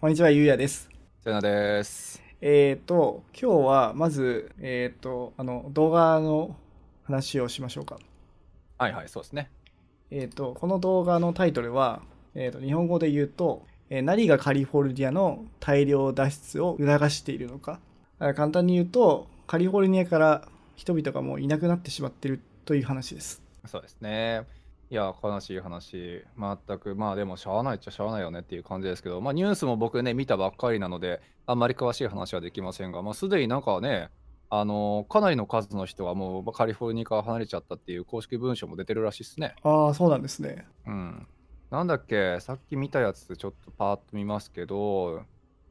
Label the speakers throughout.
Speaker 1: こんにちは、ゆうやです。
Speaker 2: せなです。
Speaker 1: えっ、ー、と、今日はまず、えっ、と、あの、動画の話をしましょうか。
Speaker 2: はいはい、そうですね。
Speaker 1: えっ、と、この動画のタイトルは、えっ、と、日本語で言うと、えー何がカリフォルニアの大量脱出を促しているのか。だから簡単に言うと、カリフォルニアから人々がもういなくなってしまってるという話です。
Speaker 2: そうですね。いや、悲しい話。全く、まあでも、しゃあないっちゃしゃあないよねっていう感じですけど、まあニュースも僕ね、見たばっかりなので、あんまり詳しい話はできませんが、まあすでになんかね、あのかなりの数の人がもうまあカリフォルニアから離れちゃったっていう公式文書も出てるらしいですね。
Speaker 1: ああ、そうなんですね。
Speaker 2: うん。なんだっけ、さっき見たやつ、ちょっとパーッと見ますけど、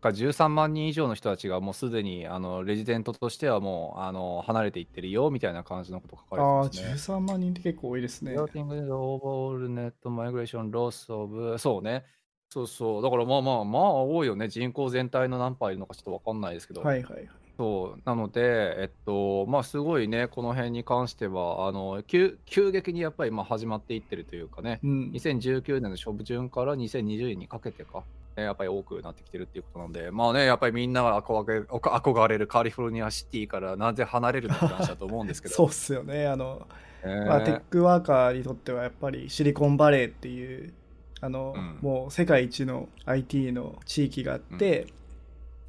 Speaker 2: が13万人以上の人たちがもうすでにあのレジデントとしてはもうあの離れていってるよみたいな感じのこと書かれ
Speaker 1: ああ
Speaker 2: てますね。
Speaker 1: ー、13万人って結構多いですね。
Speaker 2: フラティング・オーバーオール・ネット・マイグレーション・ロス・オブ、そうね。そうそう。だからまあまあ、まあ多いよね。人口全体の何パーいるのかちょっとわかんないですけど。
Speaker 1: はいはい。
Speaker 2: そう。なので、えっと、まあすごいね、この辺に関しては、あの、急急激にやっぱりまあ始まっていってるというかね、
Speaker 1: うん。
Speaker 2: 2019年の初旬から2020年にかけてか。ねやっぱり多くなってきてるっていうことなんで、まあね、やっぱりみんなが憧れ憧れるカリフォルニアシティからなぜ離れるのかって話だと思うんですけど、
Speaker 1: そうっすよね。あの、
Speaker 2: ね
Speaker 1: まあ、テックワーカーにとってはやっぱりシリコンバレーっていうあの、
Speaker 2: うん
Speaker 1: もう世界一の IT の地域があって、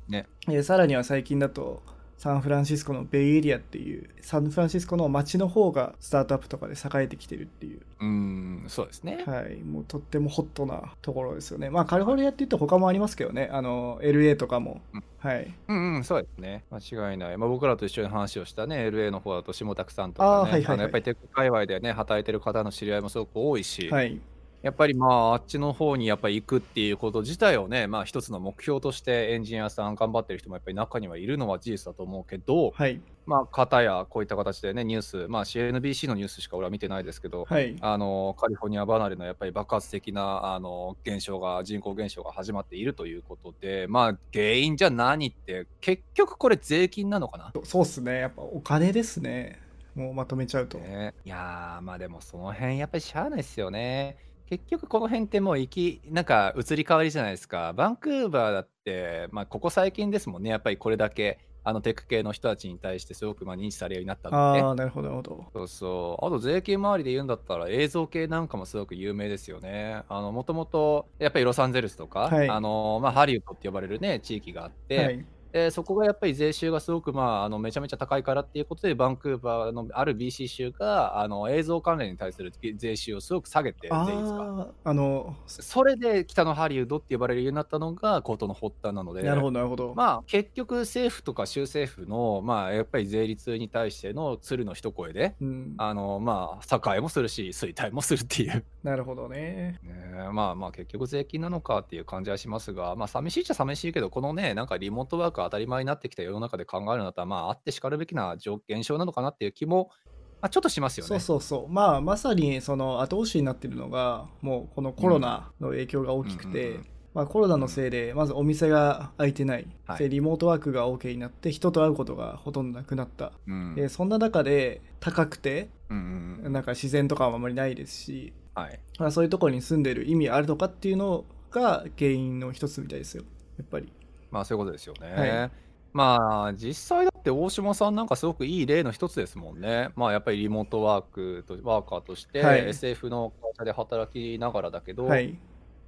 Speaker 2: うんね
Speaker 1: えーさらには最近だとサンフランシスコのベイエリアっていうサンフランシスコの街の方がスタートアップとかで栄えてきてるっていう、
Speaker 2: うーん、そうですね。
Speaker 1: はい、もうとってもホットなところですよねまあカリフォルニアって言って他もありますけどねあの LA とかも、
Speaker 2: うん
Speaker 1: はい
Speaker 2: うんうん、そうですね。間違いない。まあ、僕らと一緒に話をしたね、LA の方だと、下田さんと
Speaker 1: あー
Speaker 2: か
Speaker 1: は
Speaker 2: ね、
Speaker 1: いはいはい
Speaker 2: あのやっぱりテック界隈でね、働いてる方の知り合いもすごく多いし、
Speaker 1: はい
Speaker 2: やっぱりまあ、あっちの方にやっぱり行くっていうこと自体をね、まあ、一つの目標としてエンジニアさん頑張ってる人もやっぱり中にはいるのは事実だと思うけど、
Speaker 1: はい
Speaker 2: まあ、方やこういった形でね、ニュース、まあ、CNBC のニュースしか俺は見てないですけど、
Speaker 1: はい
Speaker 2: あのカリフォルニア離れのやっぱり爆発的なあの現象が人口減少が始まっているということで、まあ、原因じゃ何って結局これ税金なのかな、
Speaker 1: そそうっすねやっぱお金ですねもうまとめちゃうと、
Speaker 2: ね、いやーまあでもその辺やっぱりしゃあないですよね結局この辺ってもう行きなんか移り変わりじゃないですかバンクーバーだって、まあ、ここ最近ですもんねやっぱりこれだけあのテック系の人たちに対してすごくまあ認知されるようになったので、ね
Speaker 1: あ、あなるほどなるほど
Speaker 2: そうそう。あと税金周りで言うんだったら映像系なんかもすごく有名ですよね。あの、もともと、やっぱりロサンゼルスとか、
Speaker 1: はい
Speaker 2: あの、まあ、ハリウッドって呼ばれるね、地域があって、
Speaker 1: はい
Speaker 2: でそこがやっぱり税収がすごく、まあ、あの、めちゃめちゃ高いからっていうことで、バンクーバーのある BC 州が、あの、映像関連に対する税収をすごく下げて、税
Speaker 1: あ
Speaker 2: 率が。
Speaker 1: ーあの
Speaker 2: それで北のハリウッドって呼ばれるようになったのが、高騰の発端なので。
Speaker 1: なるほどなるほど、
Speaker 2: まあ、結局、政府とか州政府の、まあ、やっぱり税率に対しての鶴の一声で、
Speaker 1: うん、
Speaker 2: あのまあ栄もするし衰退もする っていう、ね
Speaker 1: なるほどね
Speaker 2: え、まあまあ結局税金なのかっていう感じはしますがまあ寂しいっちゃ寂しいけどこのねなんかリモートワーク当たり前になってきた世の中で考えるんだったらまああってしかるべきな状現象なのかなっていう気も、まあ、ちょっとしますよね。
Speaker 1: そうそうそうまあまさにその後押しになってるのがもうこのコロナの影響が大きくて、
Speaker 2: うんうんうん
Speaker 1: まあ、コロナのせいでまずお店が開いてない、
Speaker 2: はい
Speaker 1: でリモートワークが OK になって人と会うことがほとんどなくなった、
Speaker 2: うん
Speaker 1: でそんな中で高くて
Speaker 2: うんうん
Speaker 1: なんか自然とかはあまりないですし、
Speaker 2: はい、
Speaker 1: まあ、そういうところに住んでる意味あるのかっていうのが原因の一つみたいですよやっぱり
Speaker 2: まあそういうことですよね。
Speaker 1: はい
Speaker 2: まあ実際だって大島さんなんかすごくいい例の一つですもんね。まあやっぱりリモートワークとワーカーとして
Speaker 1: はい
Speaker 2: SF の会社で働きながらだけど、
Speaker 1: はい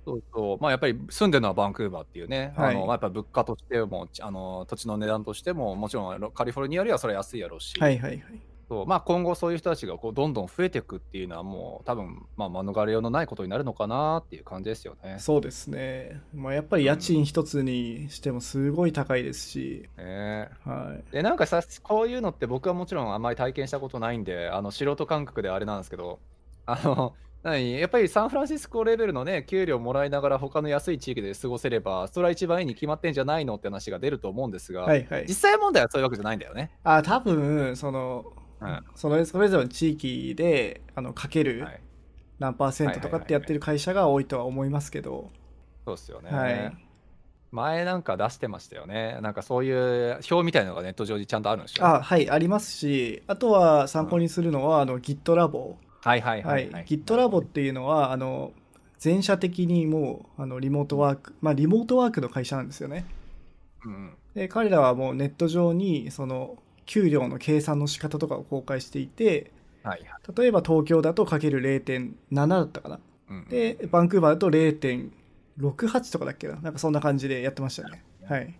Speaker 2: そうそう、まあ、やっぱり住んでるのはバンクーバーっていうね、
Speaker 1: はい
Speaker 2: あのまあやっぱ物価としても、ちあの土地の値段としても、もちろんロカリフォルニアよりはそれ安いやろうし、
Speaker 1: はいはいはい
Speaker 2: そうまあ、今後そういう人たちがこうどんどん増えていくっていうのは、もう多分まあ免れようのないことになるのかなっていう感じですよね。
Speaker 1: そうですね、まあ、やっぱり家賃一つにしてもすごい高いですし、
Speaker 2: ね
Speaker 1: はい、
Speaker 2: でなんかさこういうのって僕はもちろんあんまり体験したことないんであの素人感覚であれなんですけどあの何やっぱりサンフランシスコレベルのね給料もらいながら他の安い地域で過ごせればそれは一番いいに決まってんじゃないのって話が出ると思うんですが、
Speaker 1: はいはい
Speaker 2: 実際問題はそういうわけじゃないんだよね。
Speaker 1: あ多分その、
Speaker 2: うん
Speaker 1: そのそれぞれの地域であのかける
Speaker 2: はい、
Speaker 1: 何パーセントとかってやってる会社が多いとは思いますけど、
Speaker 2: そうですよね、
Speaker 1: はい
Speaker 2: 前なんか出してましたよね。なんかそういう表みたいなのがネット上にちゃんとあるんでしょ
Speaker 1: あはいありますしあとは参考にするのは、あの GitLab、
Speaker 2: はいはい
Speaker 1: は
Speaker 2: はいい、はい。
Speaker 1: GitLab っていうのはあの全社的にもうあのリモートワーク、まあ、リモートワークの会社なんですよね。
Speaker 2: うん
Speaker 1: で彼らはもうネット上にその給料の計算の仕方とかを公開していて
Speaker 2: はいはい。
Speaker 1: 例えば東京だとかける0.7だったかな
Speaker 2: うんうん
Speaker 1: でバンクーバーだと0.68とかだっけななんかそんな感じでやってましたねはい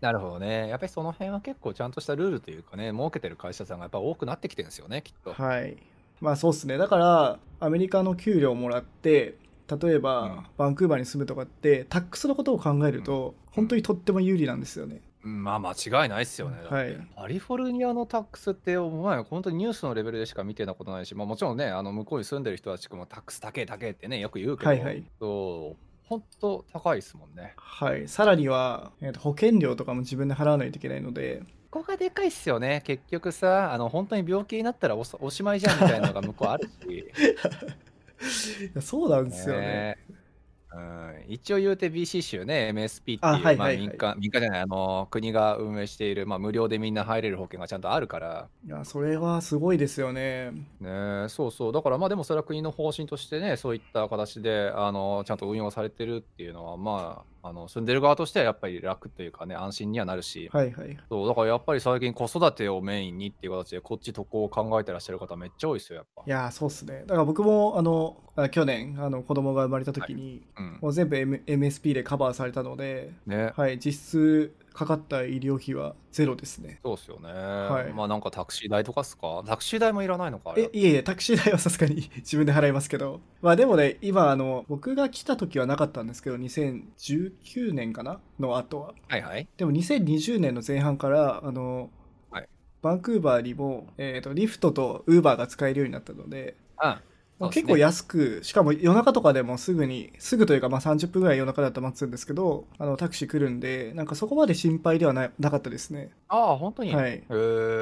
Speaker 2: なるほどね。やっぱりその辺は結構ちゃんとしたルールというかね、設けてる会社さんがやっぱ多くなってきてるんですよね、きっと。
Speaker 1: はいまあそうっすねだからアメリカの給料をもらって例えば、
Speaker 2: うん
Speaker 1: バンクーバーに住むとかってタックスのことを考えると、本当にとっても有利なんですよね
Speaker 2: うんまあ間違いないですよね。だって
Speaker 1: はい
Speaker 2: カリフォルニアのタックスって、お前、本当にニュースのレベルでしか見てたことないし、まあ、もちろんね、あの向こうに住んでる人たちもタックス高え高えってね、よく言うけど、
Speaker 1: はいはい
Speaker 2: そう本当高いですもんね。
Speaker 1: はいさらには、えーと保険料とかも自分で払わないといけないので
Speaker 2: ここがでかいっすよね。結局さ、あの本当に病気になったらおそおしまいじゃんみたいなのが向こうあ るし。
Speaker 1: いやそうなんですよね
Speaker 2: ねうん、一応言うて BC 州ね、MSP って
Speaker 1: あはいいは
Speaker 2: う
Speaker 1: い
Speaker 2: まあ
Speaker 1: はい
Speaker 2: 民間民間じゃないあの、国が運営している、まあ、無料でみんな入れる保険がちゃんとあるから、
Speaker 1: いやそれはすごいですよね
Speaker 2: ね、そうそう、だからまあでもそれは国の方針としてね、そういった形であのちゃんと運用されてるっていうのは、まあ、あの住んでる側としてはやっぱり楽というかね、安心にはなるし、
Speaker 1: はいはい
Speaker 2: そうだからやっぱり最近、子育てをメインにっていう形で、こっち渡航を考えてらっしゃる方、めっちゃ多いですよ、やっぱ
Speaker 1: い。やーそうっすねだから僕もあのあ去年あの子供が生まれた時に、
Speaker 2: うん
Speaker 1: もう全部、M、MSP でカバーされたので、
Speaker 2: ね、
Speaker 1: はい、実質かかった医療費はゼロですね
Speaker 2: そうですよね、
Speaker 1: い
Speaker 2: まあなんかタクシー代とかっすか、タクシー代もいらないのか、あれ
Speaker 1: えいえいえタクシー代はさすがに 自分で払いますけどまあでもね今あの僕が来た時はなかったんですけど2019年かなの後は
Speaker 2: はいはい。
Speaker 1: でも2020年の前半からあの、
Speaker 2: はい
Speaker 1: バンクーバーにも、えー、とリフトとウーバーが使えるようになったので
Speaker 2: うん。そうですね
Speaker 1: 結構安く、しかも夜中とかでもすぐに、すぐというかまあ30分ぐらい夜中だったら待つんですけど、あのタクシー来るんで、なんかそこまで心配ではななかったですね。
Speaker 2: ああ、本当に。
Speaker 1: は
Speaker 2: え
Speaker 1: い。
Speaker 2: ー、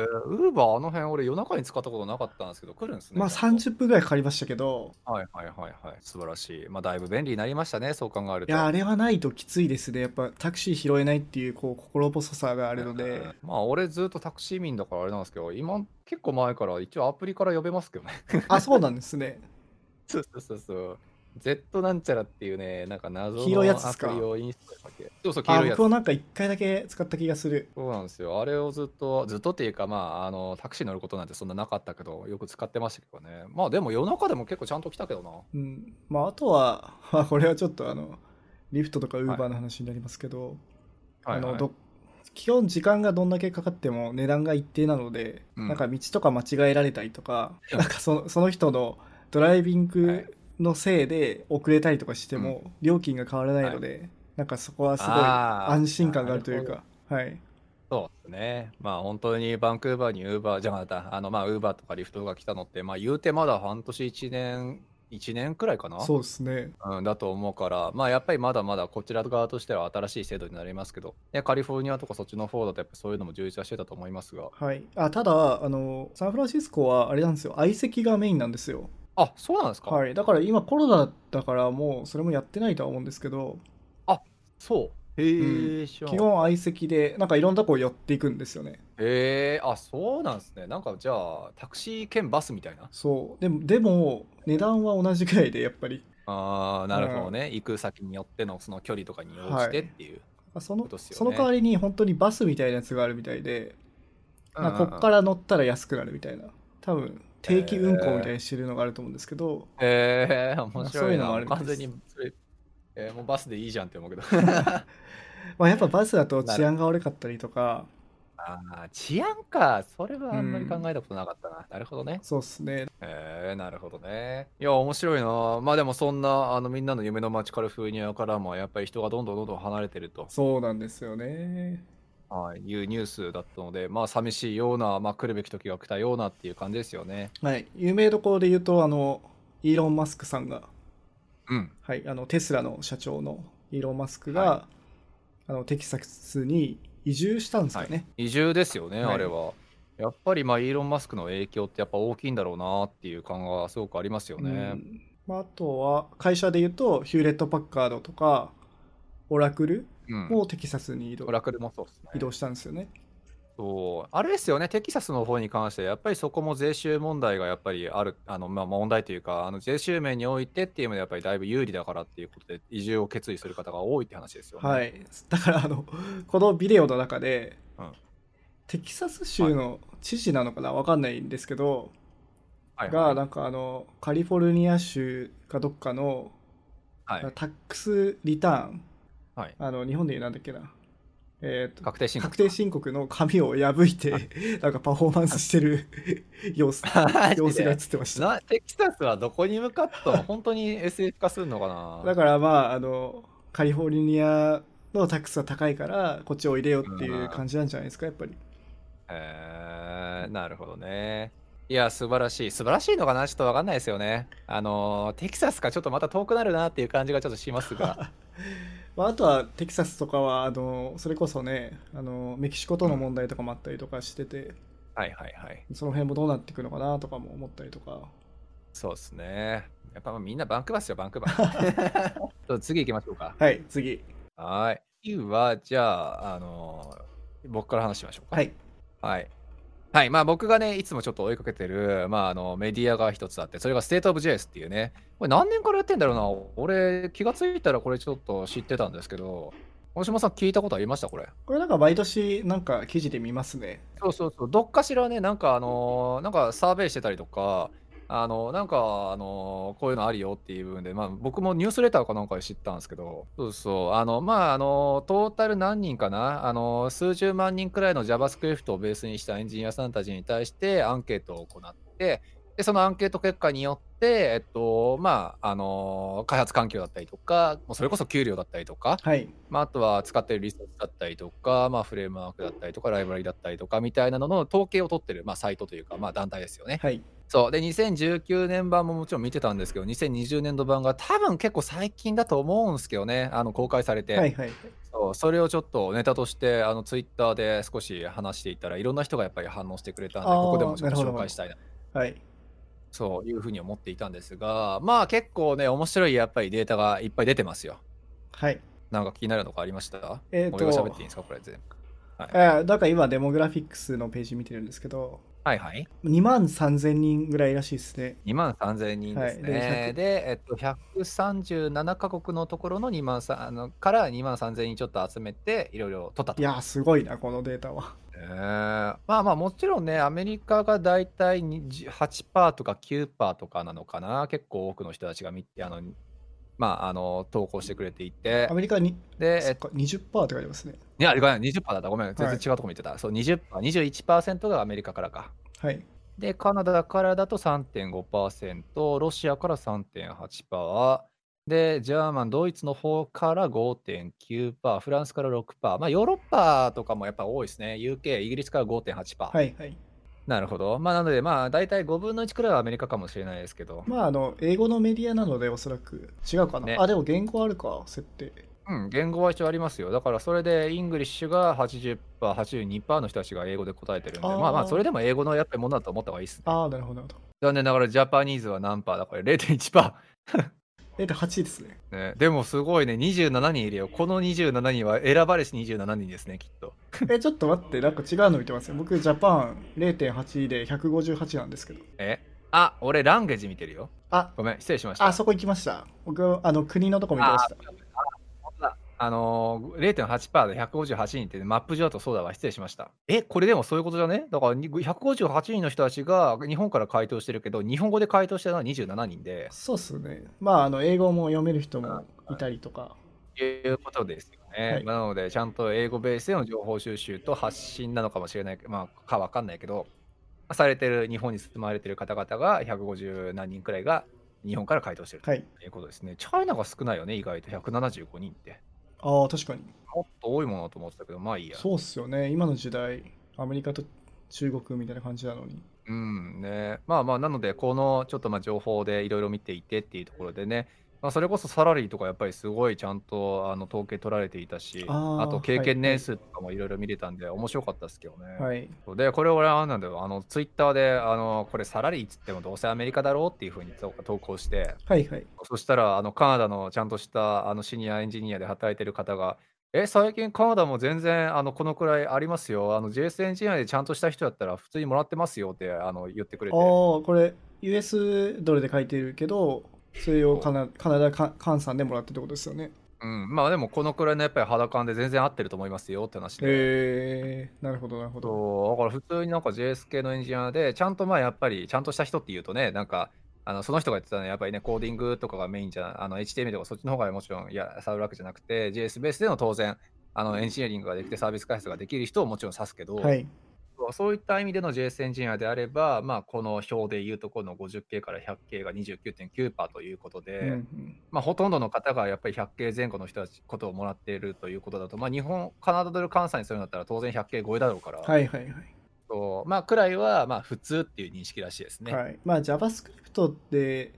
Speaker 2: ウーバーあの辺俺夜中に使ったことなかったんですけど来るんですね。
Speaker 1: まあ
Speaker 2: ちゃんと。
Speaker 1: 30分ぐらいかかりましたけど、
Speaker 2: はいはいはいはい。素晴らしい。まあだいぶ便利になりましたね、そう考える
Speaker 1: い
Speaker 2: と。
Speaker 1: や、あれはないときついですね。やっぱタクシー拾えないっていう、こう、心細さがあるので。
Speaker 2: まあ俺ずっとタクシー民だからあれなんですけど、今結構前から一応アプリから呼べますけどね。
Speaker 1: あ、そうなんですね。
Speaker 2: そうそうそうそう。Z なんちゃらっていうね、なんか謎
Speaker 1: 黄色いやつっ
Speaker 2: のア
Speaker 1: す
Speaker 2: プ
Speaker 1: か
Speaker 2: リをインストールしたっけ。そうそう、黄
Speaker 1: あ、
Speaker 2: 色いやつ
Speaker 1: 僕。もなんか一回だけ使った気がする。
Speaker 2: そうなんですよ。あれをずっと、ずっとっていうか、まあ、あの、タクシー乗ることなんてそんななかったけど、よく使ってましたけどね。まあでも夜中でも結構ちゃんと来たけどな。
Speaker 1: うん。まああとは、 まあこれはちょっとあの、リフトとかウーバーの話になりますけど、あのど基本時間がどんだけかかっても値段が一定なので、
Speaker 2: うん
Speaker 1: なんか道とか間違えられたりとか、なんかそのその人のドライビン
Speaker 2: はい
Speaker 1: グのせいで遅れたりとかしても、料金が変わらないので、なんかそこはすごい
Speaker 2: あー
Speaker 1: 安心感があるというか、はい、
Speaker 2: そうですね。まあ本当にバンクーバーにウーバー、じゃなかった、あのまあウーバーとかリフトが来たのって、まあ言うてまだ半年1年、1年くらいかな
Speaker 1: そうですね。
Speaker 2: うん、だと思うから、まあやっぱりまだまだこちら側としては新しい制度になりますけど、ね、カリフォルニアとかそっちの方だとやっぱそういうのも充実はしてたと思いますが、
Speaker 1: はい、あただあの、サンフランシスコはあれなんですよ、相席がメインなんですよ。
Speaker 2: あそうなんですか、
Speaker 1: はい、だから今、コロナだから、もうそれもやってないとは思うんですけど、
Speaker 2: そう。へえ、知らん
Speaker 1: 基本、相席で、なんかいろんなとこ寄っていくんですよね。
Speaker 2: へえ、あ、そうなんですね。なんかじゃあ、タクシー兼バスみたいな。
Speaker 1: そうでもでも値段は同じぐらいでやっぱり
Speaker 2: ああ、なるほどね。行く先によってのその距離とかに応じてっていう。
Speaker 1: その
Speaker 2: そうですよね。
Speaker 1: その代わりに本当にバスみたいなやつがあるみたいで、なんかこっからら乗ったら安くなるみたいな多分定期運行みたいにしてるのがあると思うんですけど、
Speaker 2: へえ、面
Speaker 1: そう
Speaker 2: 白
Speaker 1: いう
Speaker 2: い
Speaker 1: の
Speaker 2: な。
Speaker 1: もあ
Speaker 2: も
Speaker 1: る
Speaker 2: う
Speaker 1: です
Speaker 2: ん完全にそれ、えーもうバスでいいじゃんって 思うけど。
Speaker 1: まあ、やっぱバスだと治安が悪かったりとか
Speaker 2: ああ、治安か。それはあんまり考えたことなかったな。なるほどね。
Speaker 1: そうっすね
Speaker 2: えー、なるほどね。いや、面白いな。まあでもそんな、あの、みんなの夢の街カリフォルニアからも、やっぱり人がどんどんどんどん離れてると。
Speaker 1: そうなんですよね
Speaker 2: はい、いうニュースだったので、まあ寂しいような、まあ来るべき時が来たようなっていう感じですよね。
Speaker 1: はい有名どころで言うとあのイーロン・マスクさんが、
Speaker 2: うん。
Speaker 1: はい、あのテスラの社長のイーロン・マスクが、
Speaker 2: は
Speaker 1: あのテキサスに移住したんですかね、
Speaker 2: 移住ですよね、
Speaker 1: はい
Speaker 2: あれは。やっぱりまあイーロン・マスクの影響ってやっぱ大きいんだろうなっていう感がすごくありますよ
Speaker 1: う
Speaker 2: ね。
Speaker 1: んまあ、あとは会社で言うとヒューレット・パッカードとかオラクル
Speaker 2: うん。
Speaker 1: もテキサスに移動,、
Speaker 2: オラクルもそうですね。
Speaker 1: 移動したんですよね。
Speaker 2: そうあれですよね、テキサスの方に関して、やっぱりそこも税収問題がやっぱりある、あのまあ、問題というか、あの税収面においてっていうので、やっぱりだいぶ有利だからっていうことで、移住を決意する方が多いって話ですよね。
Speaker 1: は、い、だからあのこのビデオの中で、
Speaker 2: うん
Speaker 1: テキサス州の知事なのかなわかんないんですけど、
Speaker 2: はい
Speaker 1: が
Speaker 2: は
Speaker 1: なんかあのカリフォルニア州かどっかの、
Speaker 2: いはい
Speaker 1: タックスリターン
Speaker 2: はい、
Speaker 1: あの日本で言うなんだっけな、えーと
Speaker 2: 確定申告。
Speaker 1: 確定申告の紙を破いて なんかパフォーマンスしてる 様子
Speaker 2: マジで
Speaker 1: 様子が映ってました
Speaker 2: なテキサスはどこに向かったの本当に SF 化するのかな
Speaker 1: だからまああのカリフォルニアのタックスが高いからこっちを入れようっていう感じなんじゃないですかやっぱり
Speaker 2: へーなるほどね。いや、素晴らしい。素晴らしいのかなちょっとわかんないですよね。あのー、テキサスかちょっとまた遠くなるなっていう感じがちょっとします が。
Speaker 1: まあ、あとはテキサスとかはあのそれこそねあのメキシコとの問題とかもあったりとかしてて、
Speaker 2: はいはいはい。
Speaker 1: その辺もどうなっていくのかなとかも思ったりとか
Speaker 2: そうですね。やっぱみんなバンクバスよ、バンクバ ス。そう次行きましょうか。
Speaker 1: はい次
Speaker 2: はーい。次は、じゃあ、あのー僕から話しましょうか。
Speaker 1: はい
Speaker 2: はい。はい。まあ僕がね、いつもちょっと追いかけてる、まああのメディアが一つあって、それが State of JS っていうね、これ何年からやってんだろうな。俺、気がついたらこれちょっと知ってたんですけど、大島さん聞いたことありましたこれ。
Speaker 1: これなんか毎年なんか記事で見ますね
Speaker 2: そうそうそう。どっかしらね、なんかあのーなんかサーベイしてたりとか、あのなんかあのこういうのあるよっていう部分で、まあ、僕もニュースレターかなんかで知ったんですけどそうそうあのまああのトータル何人かなあの数十万人くらいの JavaScript をベースにしたエンジニアさんたちに対してアンケートを行ってでそのアンケート結果によって、えっとまあ、あの開発環境だったりとかもうそれこそ給料だったりとか
Speaker 1: はい
Speaker 2: まあ、あとは使ってるリソースだったりとか、まあ、フレームワークだったりとか、ライブラリだったりとかみたいなのの統計を取ってる、まあ、サイトというか、まあ、団体ですよね。
Speaker 1: はい
Speaker 2: そう。で、2019年版ももちろん見てたんですけど、2020年度版が多分結構最近だと思うんですけどね、あの公開されて、
Speaker 1: はいはい
Speaker 2: そうそれをちょっとネタとして、あのツイッターで少し話していったらいろんな人がやっぱり反応してくれたんで、
Speaker 1: あー
Speaker 2: ここでもちょっと
Speaker 1: なるほ
Speaker 2: 紹
Speaker 1: ど
Speaker 2: 介したいな
Speaker 1: はい
Speaker 2: そういうふうに思っていたんですが、まあ結構ね、面白いやっぱりデータがいっぱい出てますよ。
Speaker 1: はい
Speaker 2: なんか気になるのかありました
Speaker 1: えっ、
Speaker 2: 俺が喋っ
Speaker 1: と
Speaker 2: ていいんですかこれ全部。
Speaker 1: えーなんか今デモグラフィックスのページ見てるんですけど
Speaker 2: はいはい。
Speaker 1: 2万3000人ぐらいらしいですね
Speaker 2: 2万3000人ですね。
Speaker 1: はいで100
Speaker 2: で、えっと、137カ国のところの2万3あのから2万3000人ちょっと集めて、いろいろ取ったと
Speaker 1: い。やーすごいなこのデータは
Speaker 2: えーまあまあ、もちろんね、アメリカがだいたい8%とか9%とかなのかな。結構多くの人たちが見て、あの、まあ、あの、投稿してくれていて
Speaker 1: ア、メリカに
Speaker 2: で、え
Speaker 1: そ
Speaker 2: っ
Speaker 1: っか20%って書いてますね
Speaker 2: いや、ごめん、20%だった。ごめん、全然違うとこ見てた。そう、20%、21%がアメリカからか。
Speaker 1: はい
Speaker 2: で、カナダからだと3.5%、ロシアから3.8%、で、ジャーマン、ドイツの方から5.9%、フランスから6%、まあ、ヨーロッパとかもやっぱ多いですね。UK、イギリスから5.8%。
Speaker 1: はいはい
Speaker 2: なるほど。まあ、なので、まあ、大体5分の1くらいはアメリカかもしれないですけど、
Speaker 1: まああの英語のメディアなのでおそらく違うかな、
Speaker 2: ね
Speaker 1: あでも言語あるか設定
Speaker 2: うん、言語は一応ありますよ。だから、それで、イングリッシュが80%、82%の人たちが英語で答えてるんで、
Speaker 1: あー
Speaker 2: まあまあ、それでも英語のやっぱりものだと思った方がいいですね。
Speaker 1: ああなるほどなるほ
Speaker 2: 残念ながら、ジャパニーズは何パーだこれ0.1%。
Speaker 1: ど0.8ですね
Speaker 2: ね、でもすごいね、27人いるよ。この27人は選ばれし27人ですね、きっと。
Speaker 1: えちょっと待ってなんか違うの見てますよ僕ジャパン0.8で158なんですけど
Speaker 2: えあ、俺、ランゲージ見てるよ。
Speaker 1: あ
Speaker 2: ごめん、失礼しました。
Speaker 1: あそこ行きました僕あの国のとこ見てました
Speaker 2: 本当だあのー、0.8%で158人ってね、マップ上だとそうだわ、失礼しました。え、これでもそういうことじゃねだからに158人の人たちが日本から回答してるけど、日本語で回答したのは27人で、
Speaker 1: そうっすねまああの英語も読める人もいたりとか
Speaker 2: いうことですよね。
Speaker 1: はい
Speaker 2: なので、ちゃんと英語ベースでの情報収集と発信なのかもしれない、まあ、かわかんないけど、されてる、日本に住まわれてる方々が150何人くらいが日本から回答してる
Speaker 1: はい
Speaker 2: ということですね。チャイナが少ないよね、意外と175人って。
Speaker 1: ああ確かに
Speaker 2: もっと多いものだと思ってたけど、まあいいや。
Speaker 1: そうっすよね今の時代アメリカと中国みたいな感じなのに
Speaker 2: うんね、まあまあ、なので、このちょっとまあ情報でいろいろ見ていてっていうところでね、まあ、それこそサラリーとかやっぱりすごいちゃんとあの統計取られていたし、
Speaker 1: あー
Speaker 2: あと経
Speaker 1: はい
Speaker 2: 験年数とかもいろいろ見れたんで、面白かったですけどね。
Speaker 1: はい
Speaker 2: で、これ俺はなんだよ、あのツイッターで、あのこれサラリーっつってもどうせアメリカだろうっていうふうにと投稿して、
Speaker 1: はいはい
Speaker 2: そしたらあのカナダのちゃんとしたあのシニアエンジニアで働いてる方が、え、最近カナダも全然あのこのくらいありますよ。あの JS エンジニアでちゃんとした人だったら普通にもらってますよってあの言ってくれ
Speaker 1: ああ
Speaker 2: て。
Speaker 1: これ US ドルで書いてるけどそれをカナカナダか換算でもらってってことですよね
Speaker 2: うん、まあでもこのくらいのやっぱり肌感で全然合ってると思いますよって話で。
Speaker 1: へえなるほどなるほど
Speaker 2: そうだから普通になんか JS 系のエンジニアでちゃんとまあやっぱりちゃんとした人っていうとねなんかあのその人が言ってたのはやっぱりねコーディングとかがメインじゃあの HTML とかそっちの方がもちろんいやサーブラックじゃなくて JS ベースでの当然あのエンジニアリングができてサービス開発ができる人をもちろん指すけど、
Speaker 1: はい
Speaker 2: そういった意味での JS エンジニアであれば、まあ、この表でいうところの 50K から 100K が29.9%ということで、
Speaker 1: うんうん
Speaker 2: まあ、ほとんどの方がやっぱり 100K 前後の人たちことをもらっているということだと、まあ、日本、カナダドル換算にするんだったら当然 100K 超えだろうから、
Speaker 1: はいはいはい
Speaker 2: とまあ、くらいはまあ普通っていう認識らしいですね。
Speaker 1: はい、まあ JavaScript って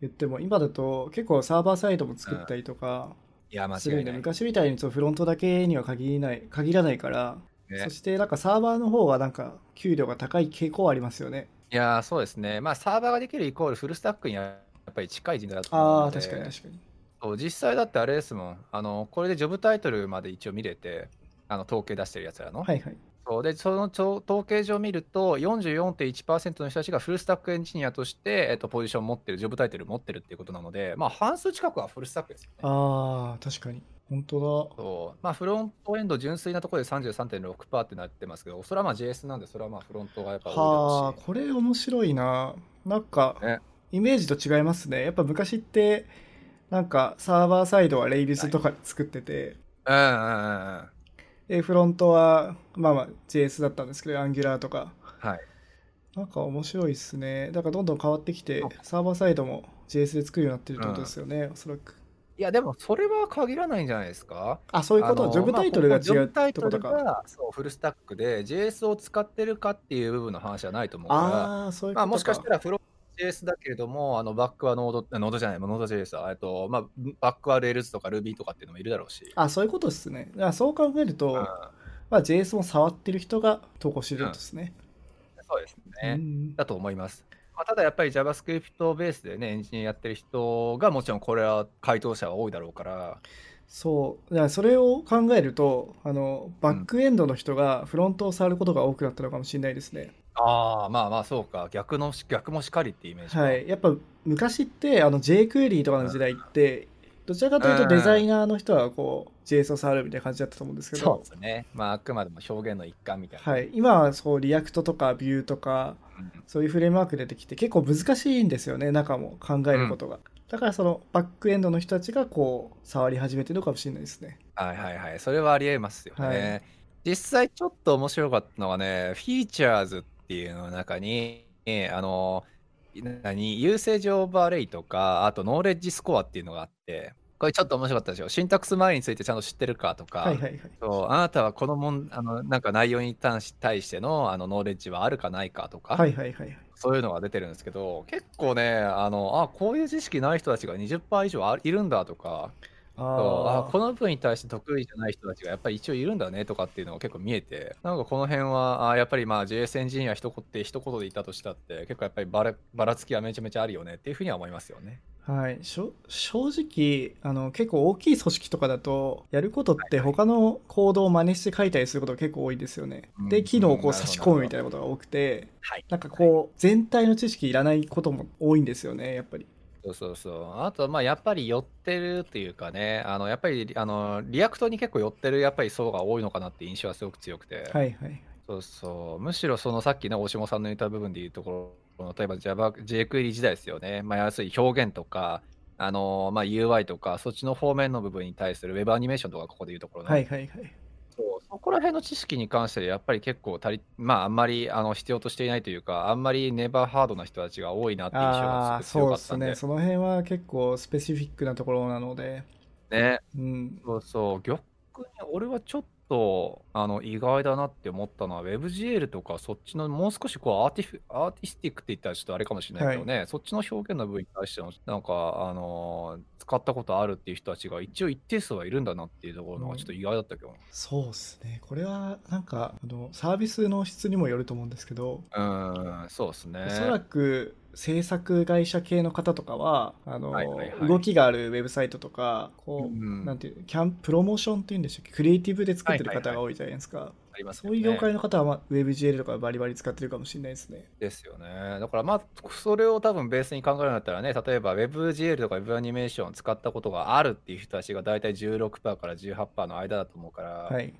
Speaker 1: 言っても今だと結構サーバーサイドも作ったりとか
Speaker 2: いや、間違
Speaker 1: する
Speaker 2: い
Speaker 1: んで
Speaker 2: ない。
Speaker 1: 昔みたいにそうフロントだけには限りない限らないから、
Speaker 2: ね
Speaker 1: そしてなんかサーバーの方はなんか給料が高い傾向はありますよね
Speaker 2: いや、そうですね。まあ、サーバーができるイコールフルスタックにやっぱり近い人材だと思う
Speaker 1: ああ
Speaker 2: ので
Speaker 1: 確かに確かに
Speaker 2: そう実際だってあれですもんあの、これでジョブタイトルまで一応見れて、あの統計出してるやつらの。
Speaker 1: はいはい
Speaker 2: そうでそのちょ統計上見ると44.1%の人たちがフルスタックエンジニアとして、えっと、ポジション持ってるジョブタイトル持ってるっていうことなので、まあ、半数近くはフルスタックですよね。
Speaker 1: ああ確かに本当だ
Speaker 2: そうまあ、フロントエンド純粋なところで33.6%ってなってますけど、それはまあ JS なんで、それはまあフロントがやっぱ多いだ
Speaker 1: はあ
Speaker 2: ろうし
Speaker 1: これ面白いななんか、
Speaker 2: ね
Speaker 1: イメージと違いますねやっぱ昔ってなんかサーバーサイドはレイルスとか作ってて、
Speaker 2: うんうんうんうん。
Speaker 1: でフロントはまあまあ JS だったんですけど Angular とか
Speaker 2: はい
Speaker 1: なんか面白いっすねだからどんどん変わってきてサーバーサイドも JS で作るようになってるってことですよね、おそらく
Speaker 2: いや、でもそれは限らないんじゃないですか。
Speaker 1: あそういうこ
Speaker 2: あ
Speaker 1: と
Speaker 2: の
Speaker 1: ジョブタイトルが
Speaker 2: まあここ
Speaker 1: 違うってこと
Speaker 2: ジョブタイト
Speaker 1: か
Speaker 2: ルがそうフルスタックで JS を使ってるかっていう部分の話はないと思うから。
Speaker 1: ああーそういうこと
Speaker 2: ま
Speaker 1: か
Speaker 2: あ、もしかしたらフロー JS だけれども、あのバックはノード、あノードじゃない、ノード JS は、えっとまあ、バックは Rails とか Ruby とかっていうのもいるだろうし、
Speaker 1: あそういうことですねだからそう考えると、
Speaker 2: うん
Speaker 1: まあ、JS も触ってる人が投稿してるんですね、
Speaker 2: そうです
Speaker 1: う
Speaker 2: ね。
Speaker 1: ん
Speaker 2: だと思います。まあ、ただやっぱり JavaScript ベースでね、エンジニアやってる人がもちろんこれは回答者は多いだろうから、
Speaker 1: そうだからそれを考えるとあのバックエンドの人がフロントを触ることが多くなったのかもしれないですね、
Speaker 2: ああ、まあまあそうか、逆のし逆もしかりっていうイメージか
Speaker 1: はい、やっぱ昔ってあの JQuery とかの時代ってどちらかというとデザイナーの人はこう JS を触るみたいな感じだったと思うんですけ
Speaker 2: そう
Speaker 1: ど
Speaker 2: で、すね。まああくまでも表現の一環みたいな。
Speaker 1: はい、今はそう React とか Vue とか
Speaker 2: うん
Speaker 1: そういうフレームワーク出てきて結構難しいんですよね中も考えることが、だからそのバックエンドの人たちがこう触り始めてるのかもしれないですね
Speaker 2: はいはいはい、それはありえますよね。
Speaker 1: はい
Speaker 2: 実際ちょっと面白かったのはね、フィーチャーズっていうの中に、えあの、何、ユーセージオーバーレイとか、あとノーレッジスコアっていうのがあって、これちょっと面白かったでしょ。シンタックス前についてちゃんと知ってるかとか、
Speaker 1: はいはいはい
Speaker 2: そうあなたはこのもんあのなんか内容に対し対してのあのノーレッジはあるかないかとか、
Speaker 1: はいはいはいはい
Speaker 2: そういうのが出てるんですけど、結構ね、あのあこういう知識ない人たちが20%以上あいるんだとか、そうあ
Speaker 1: あ
Speaker 2: この部分に対して得意じゃない人たちがやっぱり一応いるんだねとかっていうのが結構見えてなんかこの辺はあやっぱりまあ JS エンジニア一言って一言で言ったとしたって結構やっぱりばらばらつきはめちゃめちゃあるよねっていうふうには思いますよね。
Speaker 1: あ、はい、しょ正直あの結構大きい組織とかだとやることって
Speaker 2: はいはい
Speaker 1: 他の行動を真似して書いたりすることが結構多いんですよね、
Speaker 2: うん
Speaker 1: で機能を
Speaker 2: う
Speaker 1: こうん
Speaker 2: なる
Speaker 1: 差
Speaker 2: ほど
Speaker 1: し込むみたいなことが多くて
Speaker 2: はい、
Speaker 1: なんかこう全体の知識いらないことも多いんですよねやっぱり
Speaker 2: そうそうそうあとまあやっぱり寄ってるっていうかねあのやっぱりあのリアクトに結構寄ってるやっぱり層が多いのかなって印象はすごく強くて。
Speaker 1: はいはい
Speaker 2: そうそう。むしろそのさっきね、大下さんの言った部分でいうところの、例えば Java、JQuery 時代ですよね。まあ、要するに表現とか、あのーまあ、UI とか、そっちの方面の部分に対する Web アニメーションとか、ここでいうところの、
Speaker 1: はいはいはい
Speaker 2: そうそこら辺の知識に関して、やっぱり結構足り、まあ、あんまりあの必要としていないというか、あんまりネバーハードな人たちが多いなっていう印象
Speaker 1: あ
Speaker 2: が
Speaker 1: あ
Speaker 2: すご
Speaker 1: そう
Speaker 2: く強か
Speaker 1: で
Speaker 2: った
Speaker 1: す
Speaker 2: んで。
Speaker 1: ねその辺は結構スペシフィックなところなので
Speaker 2: ね
Speaker 1: うん
Speaker 2: そうそう。逆に俺はちょっとあの意外だなって思ったのは WebGL とかそっちのもう少しこうアーティフアーティスティックって言ったらちょっとあれかもしれないけどね、そっちの表現の部分に対してのなんかあのー使ったことあるっていう人たちが一応一定数はいるんだなっていうところの
Speaker 1: う
Speaker 2: が
Speaker 1: ん
Speaker 2: ちょっと意外だったけど、
Speaker 1: そうですねこれはなんかあのサービスの質にもよると思うんですけど
Speaker 2: うーん、そうですね
Speaker 1: おそらく制作会社系の方とかはあの、
Speaker 2: はいはいはい
Speaker 1: 動きがあるウェブサイトとかこう、
Speaker 2: うん
Speaker 1: なんていうキャンプロモーションっていうんでしたっけクリエイティブで作ってる
Speaker 2: はいはいは
Speaker 1: 方
Speaker 2: い
Speaker 1: が多いじゃないですか、
Speaker 2: あります
Speaker 1: そ
Speaker 2: よ
Speaker 1: う
Speaker 2: ね
Speaker 1: いう業界の方は、まあ、WebGL とかバリバリ使ってるかもしれないですね
Speaker 2: ですよね。だからまあ、それを多分ベースに考えるんだったらね、例えば WebGL とか Web アニメーションを使ったことがあるっていう人たちが大体16%から18%の間だと思うから、
Speaker 1: はい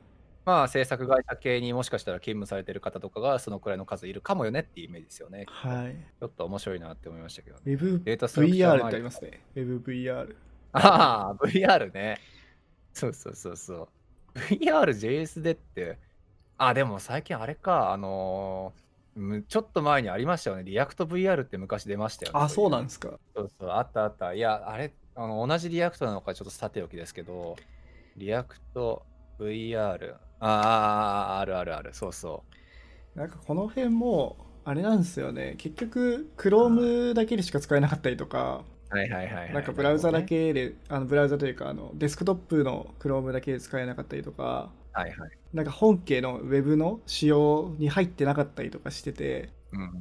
Speaker 2: まあ制作会社系にもしかしたら勤務されてる方とかがそのくらいの数いるかもよねっていうイメージですよね。
Speaker 1: はい
Speaker 2: ちょっと面白いなって思いましたけどね。データストラクチャー
Speaker 1: WebVR ってありますね WebVR
Speaker 2: ああ、VR ね。そうそうそうそう。VRJS でって、あ、でも最近あれか、あのーむちょっと前にありましたよね。リアクト VR って昔出ましたよね。
Speaker 1: あそうなん
Speaker 2: で
Speaker 1: ですか
Speaker 2: そうそう、あったあった。いや、あれ、あの同じリアクトなのかちょっとさておきですけど、リアクト VR。ああ、あるあるある。そうそう。
Speaker 1: なんかこの辺もあれなんですよね結局 Chrome だけでしか使えなかったりとか
Speaker 2: はいはいはい、はい。
Speaker 1: なんかブラウザだ。けで、あのブラウザというかあのデスクトップの Chrome だけで使えなかったりとか
Speaker 2: はいはい。
Speaker 1: なんか本家の Web の仕様に入ってなかったりとかしてて
Speaker 2: うんうんうん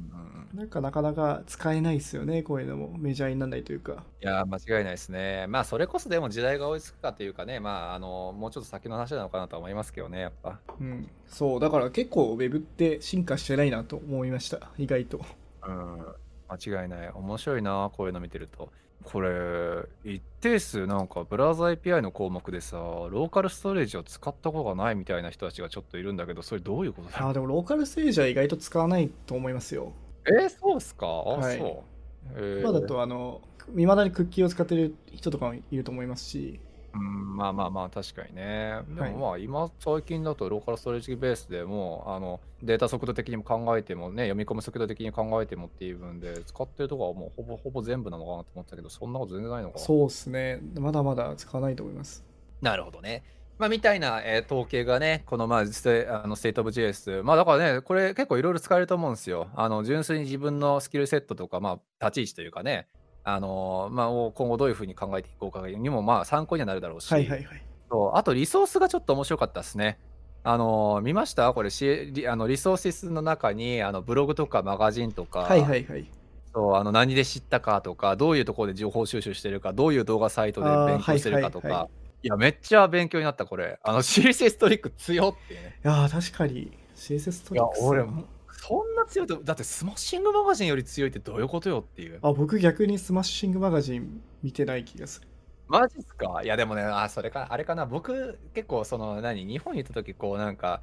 Speaker 2: うん。
Speaker 1: なんかなかなか使えないですよねこういうのもメジャーにならないというか
Speaker 2: いやー、間違いないですね。まあ、それこそでも時代が追いつくかというかね、まあ、あの、もうちょっと先の話なのかなとは思いますけどね、やっぱ。
Speaker 1: うんそうだから結構 Web って進化してないなと思いました意外と
Speaker 2: うん。間違いない。面白いな、こういうの見てると。これ、一定数なんか、ブラウザ API の項目でさ、ローカルストレージを使ったことがないみたいな人たちがちょっといるんだけど、それどういうことだ
Speaker 1: あーでもローカルステージは意外と使わないと思いますよ
Speaker 2: えー、そうっすかあ、
Speaker 1: はい
Speaker 2: そう。えー
Speaker 1: まあだとあの未だにクッキーを使ってる人とかもいると思いますし
Speaker 2: うん、まあまあまあ確かにね。で
Speaker 1: はい
Speaker 2: もまあ今最近だとローカルストレージベースでもうあのデータ速度的にも考えてもね読み込む速度的に考えてもっていう分で使ってるとこはもうほぼほぼ全部なのかなと思ってたけどそんなこと全然ないのかな。
Speaker 1: そうですねまだまだ使わないと思います
Speaker 2: なるほどね。まあ、みたいな、えー統計がね、この、まあ、ステあのステートオブ JS。まあ、だからね、これ結構いろいろ使えると思うんですよ。あの、純粋に自分のスキルセットとか、まあ、立ち位置というかね、あのまあ、を今後どういうふうに考えていこうかにも、まあ、参考にはなるだろうし、
Speaker 1: はいはいはい
Speaker 2: そうあとリソースがちょっと面白かったですね。あのー見ましたこれしリあのリソースの中にあのブログとかマガジンとか、
Speaker 1: はいはいはい
Speaker 2: そうあの何で知ったかとかどういうところで情報収集してるかどういう動画サイトで
Speaker 1: あー
Speaker 2: 勉強してるかとか、
Speaker 1: はい
Speaker 2: い
Speaker 1: はいは
Speaker 2: やめっちゃ勉強になったこれあの CSS トリック強っていうね
Speaker 1: いやー確かに CSS トリックス
Speaker 2: いや俺もそんな強いとだってスマッシングマガジンより強いってどういうことよっていう
Speaker 1: あ僕逆にスマッシングマガジン見てない気がする
Speaker 2: マジっすかいやでもね、あ、それか、あれかな、僕、結構、その、何、日本に行った時こう、なんか、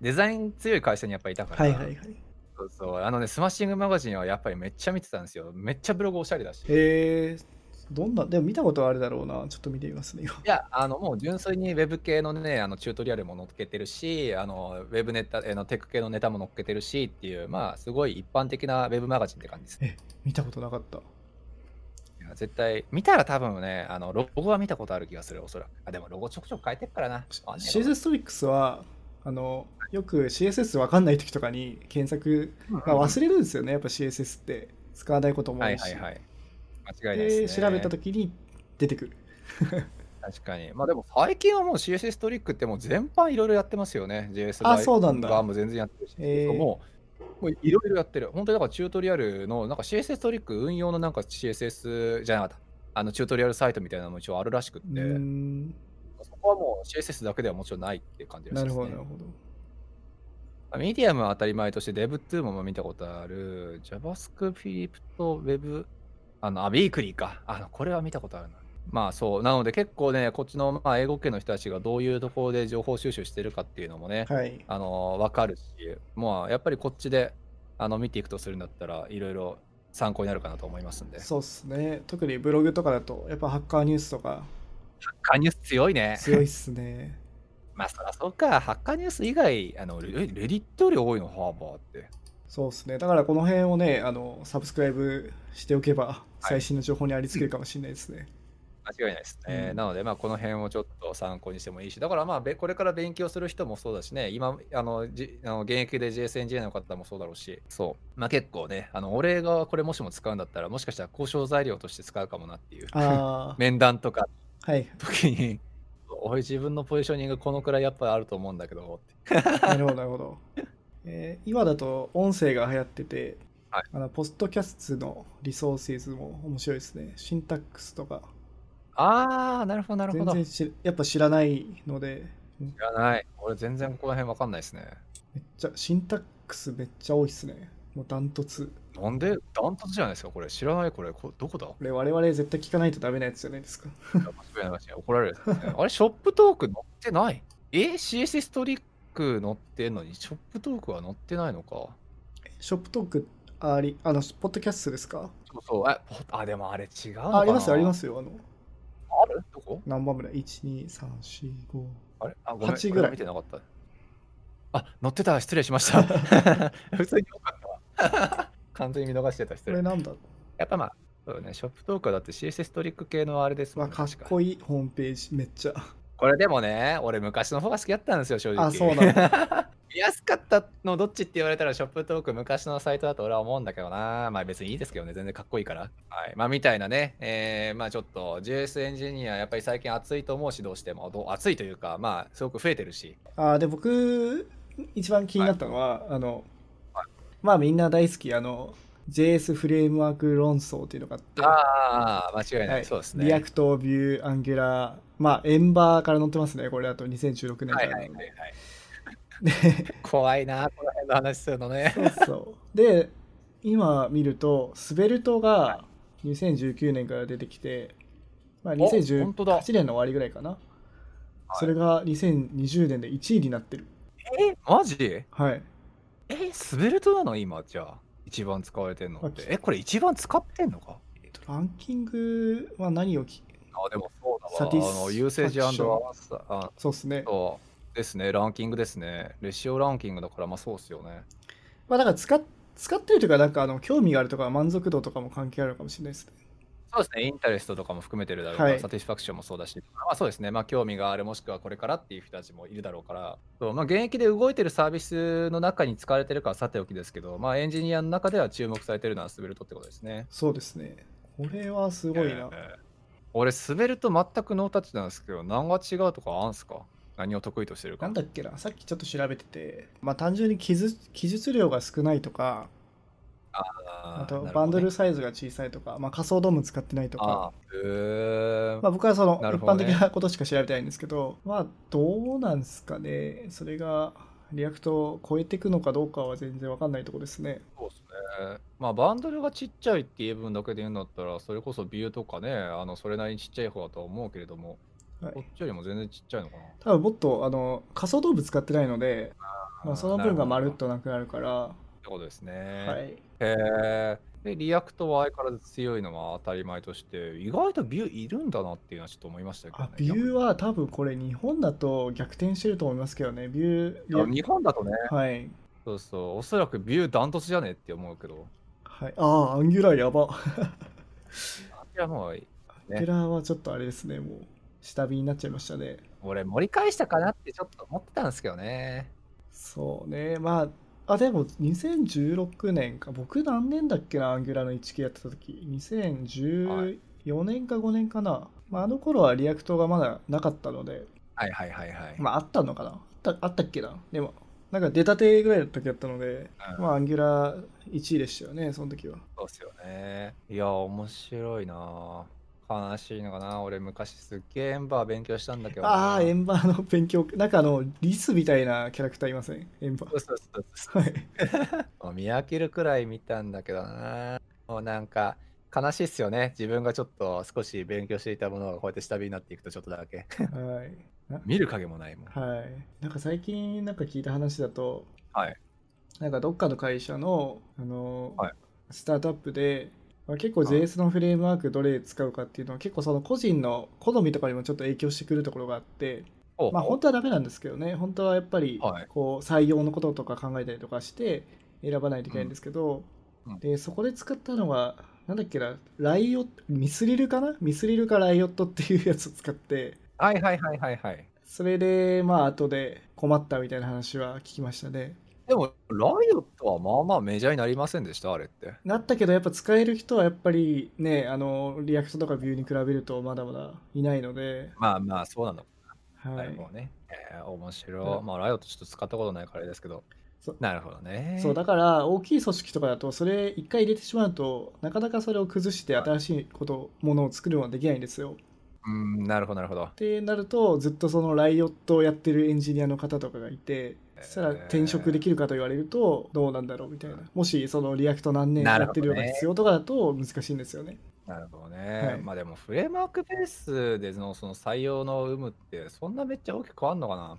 Speaker 2: デザイン強い会社にやっぱいたから、
Speaker 1: はいはいはい
Speaker 2: そうそう、あのね、スマッシングマガジンはやっぱりめっちゃ見てたんですよ。めっちゃブログおしゃれだし。い
Speaker 1: えー、どんなでも見たことはあるだろうなちょっと見てみますね今
Speaker 2: や、あの、もう純粋にウェブ系のね、あの、チュートリアルも載っけてるし、あの、ウェブネタ、えのテック系のネタも載っけてるしっていう、まあ、すごい一般的なウェブマガジンって感じですね。
Speaker 1: 見たことなかった
Speaker 2: いや絶対、見たら多分ね、あの、ロゴは見たことある気がする、おそらく。あ、でもロゴちょくちょく変えてるからな。あね
Speaker 1: CSS トリックスはあのよく CSS わかんない時とかに検索、
Speaker 2: うんうん
Speaker 1: まあ、忘れるんですよねやっぱ CSS って使わないことも
Speaker 2: は
Speaker 1: 多
Speaker 2: い
Speaker 1: い
Speaker 2: は
Speaker 1: し
Speaker 2: いはい。間違い
Speaker 1: で
Speaker 2: ないです、ね。
Speaker 1: 調べた時に出てくる
Speaker 2: 確かに。まあでも最近はもう CSS トリックってもう全般いろいろやってますよね。JS
Speaker 1: あそうなんだ
Speaker 2: がもう全然やってるし、
Speaker 1: へー
Speaker 2: もうもういろいろやってる。本当にだからチュートリアルのなんか CSS トリック運用のなんか CSS じゃなかった。あのチュートリアルサイトみたいなのも一応あるらしくって、
Speaker 1: うーん
Speaker 2: そこはもう CSS だけではもちろんないって感じらし
Speaker 1: ない
Speaker 2: で
Speaker 1: る
Speaker 2: す
Speaker 1: ほ
Speaker 2: ね
Speaker 1: どなるほど
Speaker 2: まあミディアムは当たり前として Dev2 も見たことある JavaScript Web あの、あ、ビークリーか。あの、これは見たことあるな。まあそう。なので結構ね、こっちの、まあ、英語圏の人たちがどういうところで情報収集してるかっていうのもね、
Speaker 1: はい
Speaker 2: あの、わかるし、まあやっぱりこっちであの見ていくとするんだったら、いろいろ参考になるかなと思いますんで。
Speaker 1: そうっすね特にブログとかだとやっぱハッカーニュースとか
Speaker 2: ハッカーニュース強いね。
Speaker 1: 強いっすね
Speaker 2: まあそらそうか。ハッカーニュース以外、あの、レレディットより多いの、ハーバーって。
Speaker 1: そうっすねだからこの辺をねあのサブスクライブしておけば
Speaker 2: い
Speaker 1: 最新の情報にありつけるかもしれないです ね、
Speaker 2: 間違いないですね。
Speaker 1: うん
Speaker 2: なので、まあ、この辺をちょっと参考にしてもいいし、だからまあ、べこれから勉強する人もそうだしね、今、あの、じあの現役で JSNJ の方もそうだろうし、そう。まあ、結構ね、あの、俺がこれもしも使うんだったら、もしかしたら交渉材料として使うかもなっていう、
Speaker 1: あ
Speaker 2: 面談とか
Speaker 1: あはい
Speaker 2: の時に、おい、自分のポジショニングこのくらいやっぱりあると思うんだけど、って
Speaker 1: なるほど、なるほど。えー今だと音声が流行ってて、
Speaker 2: はい
Speaker 1: あのポストキャストのリソーシーズも面白いですね。シンタックスとか、
Speaker 2: ああ、なるほど、なるほ
Speaker 1: 全
Speaker 2: ど。
Speaker 1: 然
Speaker 2: 知
Speaker 1: しやっぱ知らないので、
Speaker 2: らない。俺、全然ここら辺わかんないですね。
Speaker 1: めっちゃ、シンタックスめっちゃ多いですね。もうダントツ。
Speaker 2: なんで、ダントツじゃないですか、これ。知らない、これ。こどこだ
Speaker 1: これ我々絶対聞かないとダメなやつじゃないですか。
Speaker 2: やばそうやな話怒られるやつですね。あれ、ショップトーク載ってないえ ?CSS トリック載ってんのに、ショップトークは載ってないのか。
Speaker 1: ショップトークあり、あの、ポッドキャストですか
Speaker 2: そうそう。あ、ポあでもあれ違うのかな。
Speaker 1: あありますよ、ありますすよ。あの、
Speaker 2: あるどこ
Speaker 1: 何番ぐらい ?1、2、3、4、5。
Speaker 2: あれあ、ごめん。
Speaker 1: 8ぐらい
Speaker 2: 俺見てなかった。あ、載ってた。失礼しました。普通に良かったわ。完全に見逃してた。失
Speaker 1: こ
Speaker 2: 礼
Speaker 1: れ。なんだ
Speaker 2: やっぱまあ、そうよね、ショップトークはだって CSS トリック系のあれですも
Speaker 1: まあ、
Speaker 2: んね。
Speaker 1: かっ
Speaker 2: 確
Speaker 1: こいいホームページ、めっちゃ。
Speaker 2: これでもね、俺昔の方が好きだったんですよ、正直。
Speaker 1: あ、そうなんだ。
Speaker 2: 見やすかったのどっちって言われたらショップトーク昔のサイトだと俺は思うんだけどな。まあ別にいいですけどね、全然かっこいいから。はい。まあみたいなね、えー、まあちょっと JS エンジニアやっぱり最近熱いと思うし、どうしても。どう熱いというか、まあすごく増えてるし。
Speaker 1: あーで僕一番気になったのは、あの、まあみんな大好きあの JS フレームワーク論争っていうのがあって
Speaker 2: ああ、間違いない。
Speaker 1: はい
Speaker 2: そうですね。
Speaker 1: リアクトビューアンギュラーまあエンバーから載ってますねこれだと2016年か
Speaker 2: はい
Speaker 1: らの、
Speaker 2: はいは いはい。
Speaker 1: で
Speaker 2: 怖いな、この辺の話するのね。
Speaker 1: そうそうで今見るとスベルトが2019年から出てきて、まあ、
Speaker 2: お本当だ
Speaker 1: 2018年の終わりぐらいかな、
Speaker 2: い
Speaker 1: それが2020年で1位になってる
Speaker 2: えマジ
Speaker 1: はい
Speaker 2: え、スベルトなの今、じゃあ。一番使われてんのって
Speaker 1: あ。
Speaker 2: え、これ一番使ってんのか
Speaker 1: ランキングは何をき
Speaker 2: あ、でもそう
Speaker 1: サテ
Speaker 2: だ
Speaker 1: ィス
Speaker 2: わ。あの、ユーセージアンドアワーあ
Speaker 1: そうですね
Speaker 2: そうですね、ランキングですね。レシオランキングだから、まあそうっすよね。
Speaker 1: まあだから使っ使ってるというか、なんかあの興味があるとか満足度とかも関係あるかもしれないですね。
Speaker 2: そうですね、インタレストとかも含めてるだろうから、
Speaker 1: はい
Speaker 2: サティスファクションもそうだし、まあそうですね、まあ興味がある、もしくはこれからっていう人たちもいるだろうから、そうまあ現役で動いてるサービスの中に使われてるかはさておきですけど、まあエンジニアの中では注目されてるのはスベルトってことですね。
Speaker 1: そうですね。これはすごいな。
Speaker 2: えー俺、滑ると全くノータッチなんですけど、何が違うとかあんすか何を得意としてるか。
Speaker 1: なんだっけな、さっきちょっと調べてて、まあ単純に記述記述量が少ないとか、
Speaker 2: あ
Speaker 1: あとバンドルサイズが小さいとか、まあ仮想ドーム使ってないと
Speaker 2: と
Speaker 1: か、。
Speaker 2: へー
Speaker 1: まあ僕はその
Speaker 2: なる
Speaker 1: 一
Speaker 2: ほど
Speaker 1: 般
Speaker 2: ね
Speaker 1: 的なことしか調べてないんですけど、まあどうなんですかね。それがリアクトを超えていくのかどうかは全然わかんないところですね。
Speaker 2: そうですね。まあ、バンドルがちっちゃいっていう分だけで言うんだったら、それこそビューとかね、あのそれなりにちっちゃい方だとは思うけれども、
Speaker 1: はい
Speaker 2: こっちよりも全然ちっちゃいのかな。
Speaker 1: 多分もっとあの仮想ドーム使ってないので、まあ、その分がまるっとなくなるから、
Speaker 2: ってことですね。
Speaker 1: はい、
Speaker 2: へえ。で、リアクトは相変わらず強いのは当たり前として、意外とビューいるんだなっていうのはちょっと思いましたけど
Speaker 1: あ
Speaker 2: ね。
Speaker 1: ビューは多分これ日本だと逆転してると思いますけどねビュー
Speaker 2: いや日本だとね、
Speaker 1: はい、
Speaker 2: そうそう、おそらくビューダントツじゃねって思うけど、
Speaker 1: はい、ああアンギュラーやば、
Speaker 2: あれはもう、
Speaker 1: アンギュラーはちょっとあれですねもう下火になっちゃいましたね
Speaker 2: 俺盛り返したかなってちょっと思ってたんですけどね。
Speaker 1: そうねまああでも2016年か僕何年だっけなアンギュラーの1期やってた時2014年か5年かな、まあ、あの頃はリアクトがまだなかったので
Speaker 2: はいはいはいはい。
Speaker 1: まああったのかなあったあったっけなでもなんか出たてぐらいの時だったので、
Speaker 2: うん
Speaker 1: まあアンギュラー1位でしたよねその時は
Speaker 2: そうっすよね。いや、面白いなぁ。悲しいのかな俺昔すっげえエンバー勉強したんだけどな。
Speaker 1: ああーエ
Speaker 2: ン
Speaker 1: ンバーの勉強なんかあのリスみたいなキャラクターいませんエンバー
Speaker 2: そうそうそうそ
Speaker 1: はい、
Speaker 2: う。もう見飽きるくらい見たんだけどなもうなんか、悲しいっすよね。自分がちょっと少し勉強していたものがこうやって下火になっていくとちょっとだけ。
Speaker 1: はい
Speaker 2: 見る影もないもん。
Speaker 1: はい、なんか最近なんか聞いた話だと、
Speaker 2: はい
Speaker 1: なんかどっかの会社の、あの
Speaker 2: はい
Speaker 1: スタートアップで、まあ、結構
Speaker 2: はい
Speaker 1: JS のフレームワークどれ使うかっていうのは結構その個人の好みとかにもちょっと影響してくるところがあって、
Speaker 2: ほう
Speaker 1: まあ、本当はダメなんですけどね本当はやっぱり
Speaker 2: はい
Speaker 1: こう採用のこととか考えたりとかして選ばないといけないんですけど、
Speaker 2: うんうん
Speaker 1: でそこで使ったのがなんだっけなライオットミスリルかなミスリルかライオットっていうやつを使って
Speaker 2: はいはいはいはいはい。
Speaker 1: それでまあ後で困ったみたいな話は聞きましたね
Speaker 2: でも、ライオットはまあまあメジャーになりませんでした、あれって。
Speaker 1: なったけどやっぱ使える人はやっぱりねあのリアクトとかビューに比べるとまだまだいないので
Speaker 2: まあまあ、そうなの。
Speaker 1: は
Speaker 2: ないるほどね。えー面
Speaker 1: う
Speaker 2: 白い。
Speaker 1: ん
Speaker 2: まあ、ライオットちょっと使ったことないからあれですけど
Speaker 1: そう。
Speaker 2: なるほどね。
Speaker 1: そうだから大きい組織とかだとそれ一回入れてしまうとなかなかそれを崩して新しいことものを作るのはできないんですよ。
Speaker 2: うん、なるほど、なるほど
Speaker 1: っ。てなるとずっとそのライオットをやってるエンジニアの方とかがいてそしたら転職できるかと言われるとどうなんだろうみたいなもしそのリアクト何年やってるような必要とかだと難しいんですよね。
Speaker 2: なるほど
Speaker 1: は
Speaker 2: ね。
Speaker 1: い
Speaker 2: まあでも、フレームワークベースでのその採用の有無って、そんなめっちゃ大きく変わんのかな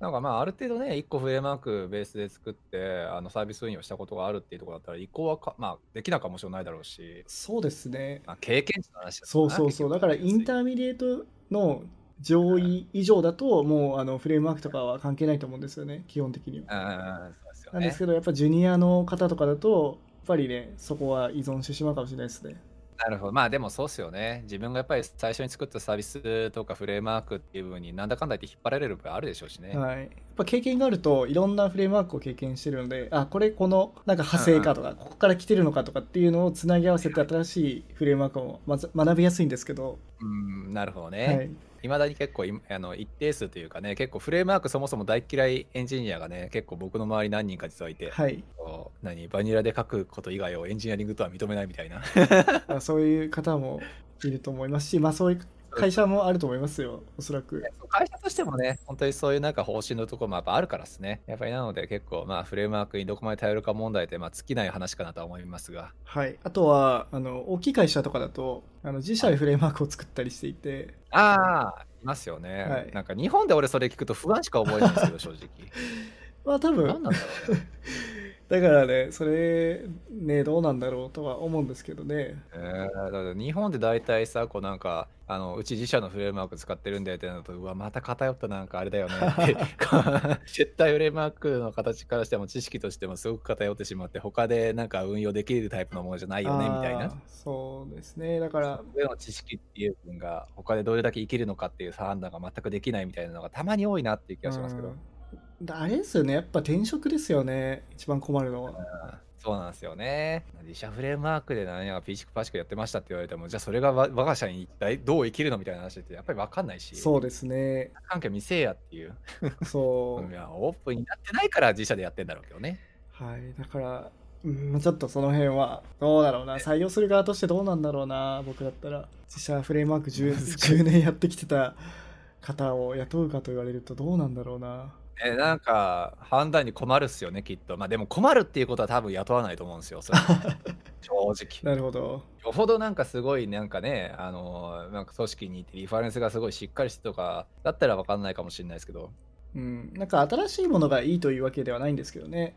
Speaker 2: なんかまあ、ある程度ね、1個フレームワークベースで作って、あのサービス運用したことがあるっていうところだったら、移行はか、まあ、できなかもしれないだろうし、
Speaker 1: そうですね
Speaker 2: まあ、経験値の話だ
Speaker 1: そうそうそうだからインタ
Speaker 2: ー
Speaker 1: ーミディエートの上位以上だともうあのフレームワークとかは関係ないと思うんですよね基本的には。
Speaker 2: うんうん、そうですよ
Speaker 1: なんです
Speaker 2: ね。
Speaker 1: けど、やっぱジュニアの方とかだと、やっぱりね、そこは依存してしまうかもしれないですね。
Speaker 2: なるほど。まあでもそうですよね。自分がやっぱり最初に作ったサービスとかフレームワークっていう部分になんだかんだ言って引っ張られる部分あるでしょうしね。
Speaker 1: はい。やっぱ経験があると、いろんなフレームワークを経験してるので、あ、これこの、なんか派生かとか、ここから来てるのかとかっていうのをつなぎ合わせて新しいフレームワークをまず学びやすいんですけど、
Speaker 2: うん、なるほどね。
Speaker 1: はい。
Speaker 2: いまだに結構いあの一定数というかね結構フレームワークそもそも大嫌いエンジニアがね結構僕の周り何人か実はいて、
Speaker 1: はい。
Speaker 2: こう何バニラで書くこと以外をエンジニアリングとは認めないみたい な
Speaker 1: まあそういう方もいると思いますし、まあそういう会社もあると思いますよ、おそらく。
Speaker 2: 会社としてもね本当にそういうなんか方針のところもやっぱあるからですねやっぱりなので結構まあフレームワークにどこまで頼るか問題ってまあ尽きない話かなとは思いますが
Speaker 1: はい。あとは、あの、大きい会社とかだと、あの自社でフレームワークを作ったりしていて、
Speaker 2: ああいますよね、
Speaker 1: はい
Speaker 2: なんか日本で俺それ聞くと不安しか思えないんですよ正 直
Speaker 1: まあ多分、
Speaker 2: 何なんだろうね、
Speaker 1: だからね、それ、ね、どうなんだろうとは思うんですけどね。
Speaker 2: えー、だから日本で大体さこうなんかあのうち自社のフレームワーク使ってるんだよってなるとうわまた偏ったなんかあれだよねって 絶対フレームワークの形からしても知識としてもすごく偏ってしまって他でなんか運用できるタイプのものじゃないよねみたい
Speaker 1: あ
Speaker 2: な
Speaker 1: ー。そうですね。だから、
Speaker 2: 上の知識っていう分が他でどれだけ生きるのかっていう判断が全くできないみたいなのがたまに多いなっていう気がしますけど、
Speaker 1: うんだあれですよね。やっぱ転職ですよね。一番困るのは。
Speaker 2: そうなんですよね自社フレームワークで何やピーチクパチクやってましたって言われてもじゃあそれがわ我が社に一体どう生きるのみたいな話ってやっぱり分かんないし
Speaker 1: そうですね。
Speaker 2: 関係見せえやっていう、
Speaker 1: そ
Speaker 2: いやオープンになってないから自社でやってんだろうけどね
Speaker 1: う。はい。だから、うん、ちょっとその辺は、どうだろうな。採用する側としてどうなんだろうな。僕だったら。自社フレームワーク 10, 10年やってきてた方を雇うかと言われるとどうなんだろうな。
Speaker 2: えなんか判断に困るっすよねきっとまあでも困るっていうことは多分雇わないと思うんですよそれ 正直
Speaker 1: なるほど。
Speaker 2: よほどなんかすごいなんかねあのなんか組織にいてリファレンスがすごいしっかりしてとかだったら分かんないかもしれないですけど、
Speaker 1: うん。なんか新しいものがいいというわけではないんですけどね。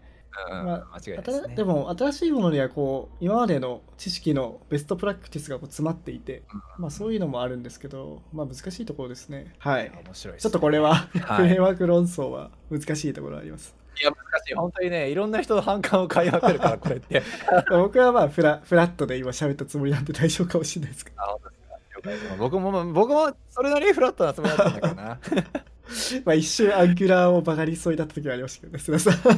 Speaker 2: うんう
Speaker 1: ま
Speaker 2: ん間違いないで
Speaker 1: 新
Speaker 2: す
Speaker 1: で
Speaker 2: ね
Speaker 1: も新しいものにはこう今までの知識のベストプラクティスがこう詰まっていて、まあ、そういうのもあるんですけど、まあ、難しいところですねはい
Speaker 2: 面白い
Speaker 1: ちょっと
Speaker 2: れ
Speaker 1: これは、
Speaker 2: はい
Speaker 1: フレームワーク論争は難しいところあります
Speaker 2: いや難しい本当にねいろんな人の反感を買いまくるからこれって
Speaker 1: 僕はまあフラフラットで今喋ったつもりなんで大丈夫かもしれないですけど
Speaker 2: あ本当ですか了解です僕もまあ僕もそれなりにフラットなつもりだったんだけどな
Speaker 1: まあ一瞬アンキュラーをバカにしそうになった時はありましたけどねすいません
Speaker 2: アンギ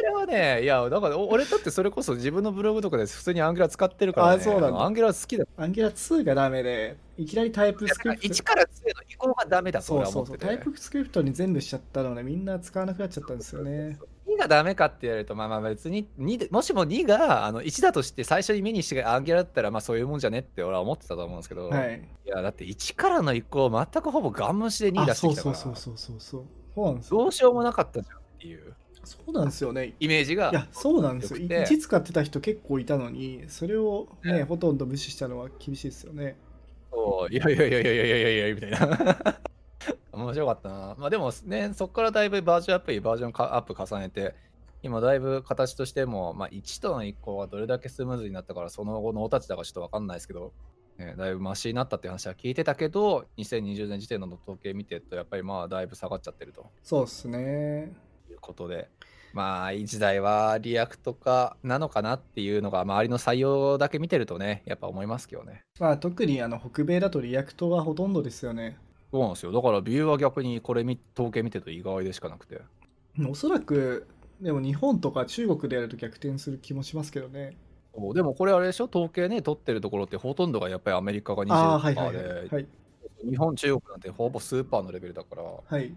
Speaker 2: ュラはね、いや、だからお俺だってそれこそ自分のブログとかで普通にアンギュラ使ってるから、ね、
Speaker 1: あそうなんだ
Speaker 2: のアンギュラ好きだ。
Speaker 1: アンキュラー2がダメでいきなりタイプスクリプ
Speaker 2: 1
Speaker 1: ト
Speaker 2: から2への移行がダメだと
Speaker 1: そ
Speaker 2: 俺
Speaker 1: う
Speaker 2: は
Speaker 1: そ
Speaker 2: 思
Speaker 1: うそ
Speaker 2: っ
Speaker 1: う
Speaker 2: てて。
Speaker 1: タイプスクリプトに全部しちゃったのでみんな使わなくなっちゃったんですよね
Speaker 2: 2がダメかって言われると、まあまあ別に2で、もしも2があの1だとして最初に目にしてアンギュラだったら、まあそういうもんじゃねって俺は思ってたと思うんですけど、
Speaker 1: はい
Speaker 2: いや、だって1からの移行、全くほぼガン無視で2出してきたか
Speaker 1: あ
Speaker 2: ら、
Speaker 1: そうそうそうそうそうそうそうなんですよ
Speaker 2: どうしようもなかったじゃんっていう
Speaker 1: そうなんですよね
Speaker 2: イメージが。
Speaker 1: いやそうなんですよ
Speaker 2: 強くて
Speaker 1: 1使ってた人結構いたのにそれをね
Speaker 2: ね
Speaker 1: ほとんど無視したのは厳しいですよね
Speaker 2: そういやいやいやいやいやいやいやみたいな面白かったなまあでもねそこからだいぶバージョンアップバージョンかアップ重ねて今だいぶ形としても、まあ、1との1個がどれだけスムーズになったからその後のお立ちだかちょっと分かんないですけど、ね、だいぶマシになったって話は聞いてたけど2020年時点の統計見てるとやっぱりまあだいぶ下がっちゃってると
Speaker 1: そうですね
Speaker 2: いうことでまあいい時代はリアクトかなのかなっていうのが周りの採用だけ見てるとねやっぱ思いますけどね
Speaker 1: まあ特にあの北米だとリアクトはほとんどですよね
Speaker 2: そうなんですよ。だからビューは逆にこれ見統計見てると意外でしかなくて。
Speaker 1: おそらくでも日本とか中国でやると逆転する気もしますけどね
Speaker 2: おでもこれあれでしょ統計ね取ってるところってほとんどがやっぱりアメリカが
Speaker 1: ああー
Speaker 2: 20%
Speaker 1: は
Speaker 2: で、
Speaker 1: いはいはい、はい、
Speaker 2: 日本、中国なんてほぼスーパーのレベルだから、
Speaker 1: はい。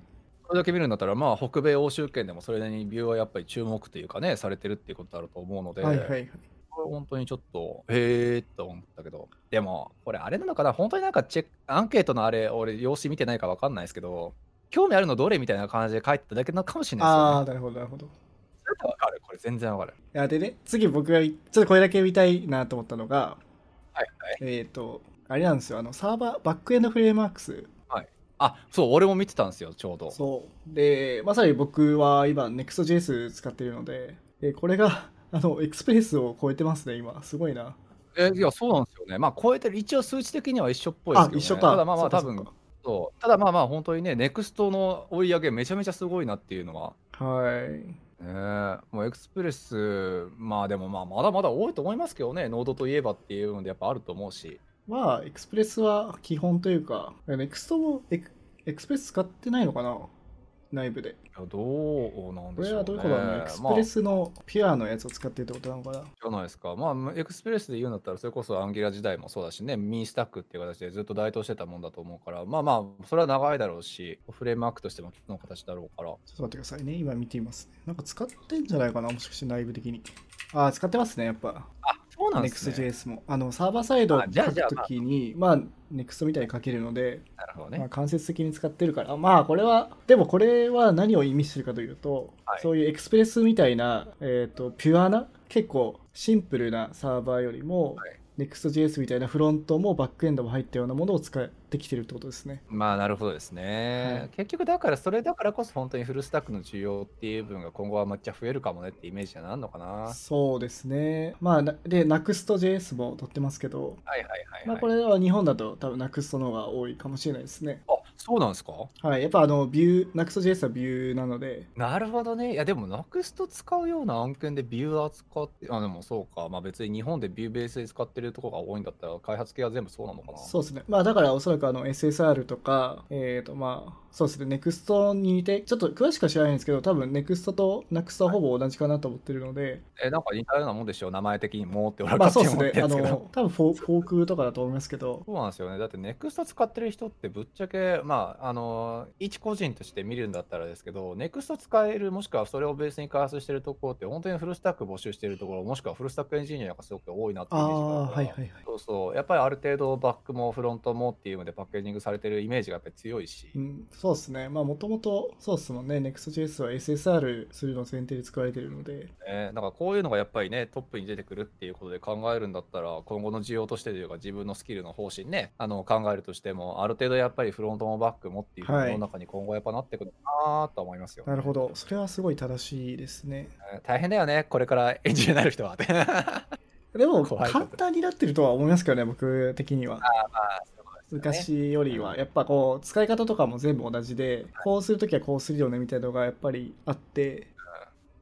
Speaker 2: それだけ見るんだったら、まあ、北米、欧州圏でもそれなりにビューはやっぱり注目というかね、されてるっていうことだろうと思うので、
Speaker 1: はいはいはい。
Speaker 2: これ本当にちょっと、へーって思ったけど、でも、これあれなのかな、本当になんかチェック、アンケートのあれ、俺、用紙見てないかわかんないですけど、興味あるのどれみたいな感じで書いてただけなのかもしれないですよ、ね
Speaker 1: あ。あ、なるほどなるほど。い
Speaker 2: それってわかるこれ全然わかる。
Speaker 1: や、でね、次僕がい、ちょっとこれだけ見たいなと思ったのが、
Speaker 2: はいはい。
Speaker 1: えっ、と、あれなんですよ、あの、サーバー、バックエンドフレームワークス。
Speaker 2: あ、そう、俺も見てたんですよ、ちょうど。
Speaker 1: そう。で、まさに僕は今、Next.js 使ってるので、でこれが、あの、エクスプレスを超えてますね、今。すごいな。
Speaker 2: えいや、そうなんですよね。まあ、超えてる、一応数値的には一緒っぽいです
Speaker 1: あ
Speaker 2: け、ど、ね、
Speaker 1: 一緒か。
Speaker 2: ただまあまあ、多
Speaker 1: そっ
Speaker 2: 分
Speaker 1: か
Speaker 2: そう。ただまあまあ、本当にね、ネクストの追い上げ、めちゃめちゃすごいなっていうのは。
Speaker 1: そっかはい。
Speaker 2: ねえ、もうエクスプレス、まあでもまあ、まだまだ多いと思いますけどね、ノードといえばっていうので、やっぱあると思うし。
Speaker 1: まあ、エクスプレスは基本というか、Next もエクエクスプレス使ってないのかな内部で。
Speaker 2: いやどうな
Speaker 1: こ
Speaker 2: んで
Speaker 1: れ
Speaker 2: しょうね。
Speaker 1: はどういうことなの、エクスプレスのピュアのやつを使ってるってことなのかな
Speaker 2: じゃないですか。まあ、エクスプレスで言うんだったら、それこそアンギラ時代もそうだしね、ミースタックっていう形でずっと台頭してたもんだと思うから、まあまあ、それは長いだろうし、フレームワークとしてもの形だろうから。
Speaker 1: ちょっと待ってくださいね。今見ていますね。なんか使ってんじゃないかなもしかして内部的に。ああ、使ってますね、やっぱ。
Speaker 2: あ、そうなんですね。
Speaker 1: Next.js も。あの、サーバーサイドを
Speaker 2: あじゃあ
Speaker 1: 書
Speaker 2: じゃあ
Speaker 1: くときに、まあ、Next みたいに書けるので、
Speaker 2: なるほど
Speaker 1: まあ、
Speaker 2: ね。
Speaker 1: 間接的に使ってるから、まあ、これは、でもこれは何を意味してるかというと、
Speaker 2: はい
Speaker 1: そういうエクスプレスみたいな、えっ、と、ピュアな、結構シンプルなサーバーよりも、
Speaker 2: はい
Speaker 1: Next.js みたいなフロントもバックエンドも入ったようなものを使ってきてるってことですね。
Speaker 2: まあ、なるほどです
Speaker 1: は
Speaker 2: ね
Speaker 1: い。
Speaker 2: 結局、だから、それだからこそ、本当にフルスタックの需要っていう部分が今後はめっちゃ増えるかもねってイメージにはなるのかな。は
Speaker 1: そうですね。まあ、なで、Next.js も取ってますけど、
Speaker 2: いはいはい、
Speaker 1: まあ、
Speaker 2: はい
Speaker 1: これは日本だと多分 Next の方が多いかもしれないですね。
Speaker 2: あ、そうなんですか
Speaker 1: はい、やっぱあの、ビュー、Next.js はビューなので、
Speaker 2: なるほどね。いや、でも、ナクスト使うような案件でビューアー使って、あ、でもそうか。まあ別に日本でビューベースで使ってるとこが多いんだったら、開発系は全部そうなのかな。
Speaker 1: そうですね。まあだからおそらくあの SSR とか、えっ、とまあそうですね、NEXT に似て、ちょっと詳しくは知らないんですけど、多分 NEXT と NEXT はほぼ同じかなと思ってるので、
Speaker 2: え、なんか似たようなもんでしょ。名前的にもって俺は
Speaker 1: まあそう
Speaker 2: 勝
Speaker 1: で
Speaker 2: 手に
Speaker 1: す
Speaker 2: 思っ
Speaker 1: ね
Speaker 2: て、る
Speaker 1: あ
Speaker 2: んですけど。
Speaker 1: の、多分 フォーフォークとかだと思いますけど、
Speaker 2: そうなんですよね。だって、ネクスト使ってる人ってぶっちゃけ、まあ、あの、一個人として見るんだったらですけど、ネクスト使える、もしくはそれをベースに開発してるところって、本当にフルスタック募集してるところ、もしくはフルスタックエンジニアがすごく多いなっていうイ
Speaker 1: あ
Speaker 2: メージが
Speaker 1: あ
Speaker 2: ある
Speaker 1: ー、
Speaker 2: から
Speaker 1: はいはいはい。
Speaker 2: そうそう、やっぱりある程度バックもフロントもっていうのでパッケージングされてるイメージがやっぱり強いし、
Speaker 1: うん、そうですね。まあもともとそうですもんね、NEXTJS は SSR するのを前提で作られてるので、
Speaker 2: ねなんかこういうのがやっぱりね、トップに出てくるっていうことで考えるんだったら、今後の需要としてというか、自分のスキルの方針ね、あの考えるとしても、ある程度やっぱりフロントもバックもっていう
Speaker 1: はい
Speaker 2: 世の中に今後やっぱなってくるのかなとは思いますよ、
Speaker 1: なるほど、それはすごい正しいですね。
Speaker 2: ね大変だよね、これからエンジニアになる人は。
Speaker 1: でも
Speaker 2: 怖い
Speaker 1: 簡単になってるとは思いますけどね、僕的には。
Speaker 2: 昔
Speaker 1: 昔よりは、やっぱこう、使い方とかも全部同じで、こうするときはこうするよねみたいなのがやっぱりあって、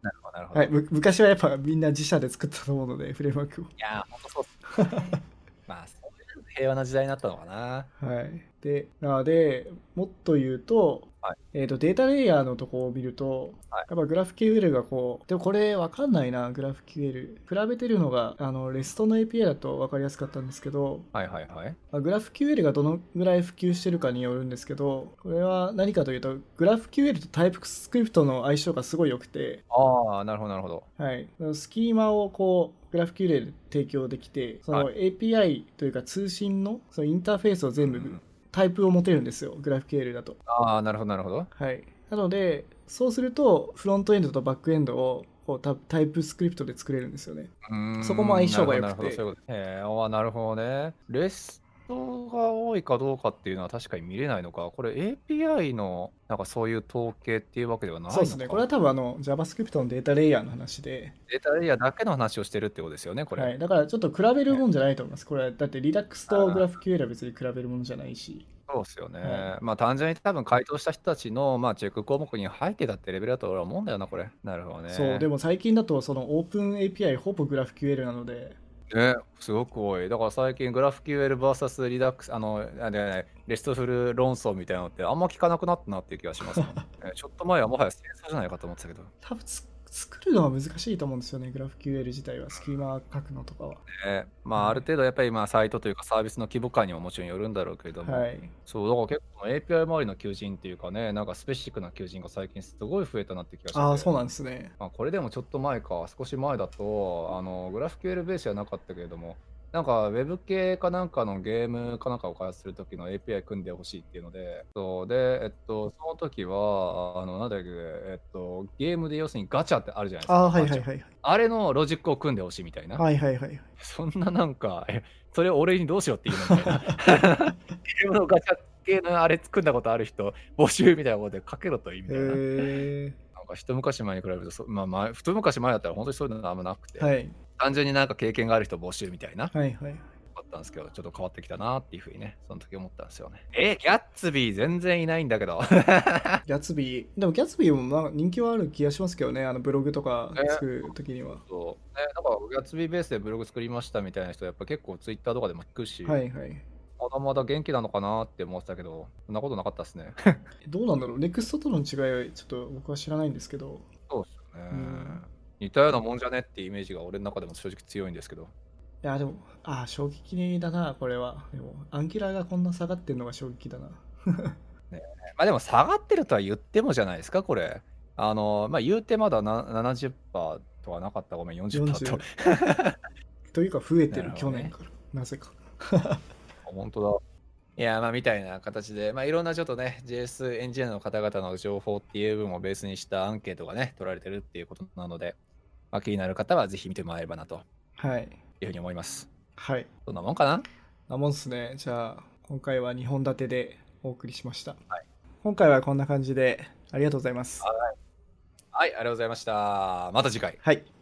Speaker 2: なるほど、なるほど。
Speaker 1: はいい、、む昔はやっぱみんな自社で作ったと思うので、フ レームワークを。
Speaker 2: やー、ほんとそうっすねまあ、そういう平和な時代になったのかな。
Speaker 1: はい。で、なので、もっと言うと、
Speaker 2: はい
Speaker 1: えっとデータレイヤーのとこを見ると、
Speaker 2: はい
Speaker 1: やっぱグラフ QL がこう、でもこれわかんないな、グラフ QL。比べてるのが、あの、REST の API だとわかりやすかったんですけど、
Speaker 2: はいはいはい。
Speaker 1: まあグラフ QL がどのぐらい普及してるかによるんですけど、これは何かというと、グラフ QL とタイプスクリプトの相性がすごい良くて、
Speaker 2: ああ、なるほど、なるほど。
Speaker 1: はい、スキーマをこう、グラフ QL で提供できて、その API というか通信のそのインターフェースを全部
Speaker 2: うん
Speaker 1: タイプを持てるんですよ、グラフ QL だと。
Speaker 2: ああ、なるほど、なるほど。
Speaker 1: はい。なので、そうすると、フロントエンドとバックエンドをこうタタイプスクリプトで作れるんですよね。
Speaker 2: うーん
Speaker 1: そこも相性が良くて
Speaker 2: なるほどなるほどそういうことえー、あーなるほどね。レストが多いかどうかっていうのは確かに見れないのか。これ API のなんかそういう統計っていうわけではないの
Speaker 1: そ
Speaker 2: か
Speaker 1: うですね。これは多分あの JavaScript のデータレイヤーの話で、
Speaker 2: データレイヤーだけの話をしてるってことですよね、これ。
Speaker 1: はい、だからちょっと比べるもんじゃないと思います。これはだって Redux と GraphQL は別に比べるものじゃないし。
Speaker 2: そうですよね。
Speaker 1: は
Speaker 2: まあ単純に多分回答した人たちの、まあ、チェック項目に入ってたってレベルだと俺は思うんだよな、これ。なるほどね。
Speaker 1: そう、でも最近だとその OpenAPI ほぼ GraphQL なので、
Speaker 2: ね、すごく多い。だから最近、グラフ QLVS リダックス、あの、あねねレストフル論争みたい なのってあんま聞かなくなったなっていう気がします、ね。ちょっと前はもはや戦争じゃないかと思ってたけど。
Speaker 1: 多分つ作るのは難しいと思うんですよね、GraphQL 自体は、スキーマ書くのとかは。
Speaker 2: ねまあ、ある程度やっぱりまあサイトというかサービスの規模感にももちろんよるんだろうけれども、
Speaker 1: はい。
Speaker 2: そうだから結構その API 周りの求人っていうかねなんかスペシックな求人が最近すごい増えたなって気がして
Speaker 1: ああ、そうなん
Speaker 2: です、
Speaker 1: ですね。
Speaker 2: まあ、これでもちょっと前か少し前だとあのグラフ QL ベースじゃなかったけれどもなんかウェブ系かなんかのゲームかなんかを開発するときの API 組んでほしいっていうので、そうで、えっと、その時は、あの、なんだっけ、えっと、ゲームで要するにガチャってあるじゃないですか。
Speaker 1: ああ、はいはい
Speaker 2: ガチャ
Speaker 1: はい。
Speaker 2: あれのロジックを組んでほしいみたいな。
Speaker 1: はいはいはい。
Speaker 2: そんななんか、え、それを俺にどうしろって言うのみ たいな。ゲームのガチャ系のあれ作んだことある人、募集みたいなことでかけろといいみ
Speaker 1: へ
Speaker 2: たいな。
Speaker 1: え
Speaker 2: なんか一昔前に比べるとそ、まあ前、一昔前だったら本当にそういうのあんまなくて、
Speaker 1: はい
Speaker 2: 単純になんか経験がある人募集みたいな、
Speaker 1: はいはい。
Speaker 2: あったんですけど、ちょっと変わってきたなっていうふうにね、その時思ったんですよね。 え、ギャッツビー全然いないんだけど。
Speaker 1: ギャツビー、でもギャツビーもまあ人気はある気がしますけどね、あのブログとか作るときには。
Speaker 2: そうね、なんかギャッツビーベースでブログ作りましたみたいな人、やっぱ結構ツイッターとかでも聞くし、
Speaker 1: はいはい。
Speaker 2: まだまだ元気なのかなって思ってたけど、そんなことなかった ですね。
Speaker 1: どうなんだろう、ネクストとの違いはちょっと僕は知らないんですけど、
Speaker 2: そうですよね、
Speaker 1: うん
Speaker 2: 似たようなもんじゃねっていうイメージが俺の中でも正直強いんですけど。
Speaker 1: いやでも、ああ、衝撃だな、これは。でも、アンキラーがこんな下がってるのが衝撃だな。
Speaker 2: まあでも下がってるとは言ってもじゃないですか、これ。あの、まあ言うてまだな70%とはなかった、ごめん、40%と
Speaker 1: 40。と いうか、増えてる、
Speaker 2: なるほ
Speaker 1: 去
Speaker 2: ど
Speaker 1: 年
Speaker 2: ね
Speaker 1: から。なぜか。
Speaker 2: 本当だ。いや、まあみたいな形で、まあいろんなちょっとね、JS エンジニアの方々の情報っていう部分をベースにしたアンケートがね、取られてるっていうことなので、まあ気になる方はぜひ見てもらえればなと
Speaker 1: はい。
Speaker 2: いうふうに思います。
Speaker 1: はい。
Speaker 2: そんなもんかな
Speaker 1: なもんっすね。じゃあ、今回は2本立てでお送りしました。今回はこんな感じで、ありがとうございます。
Speaker 2: はい、ありがとうございました。また次回。
Speaker 1: はい。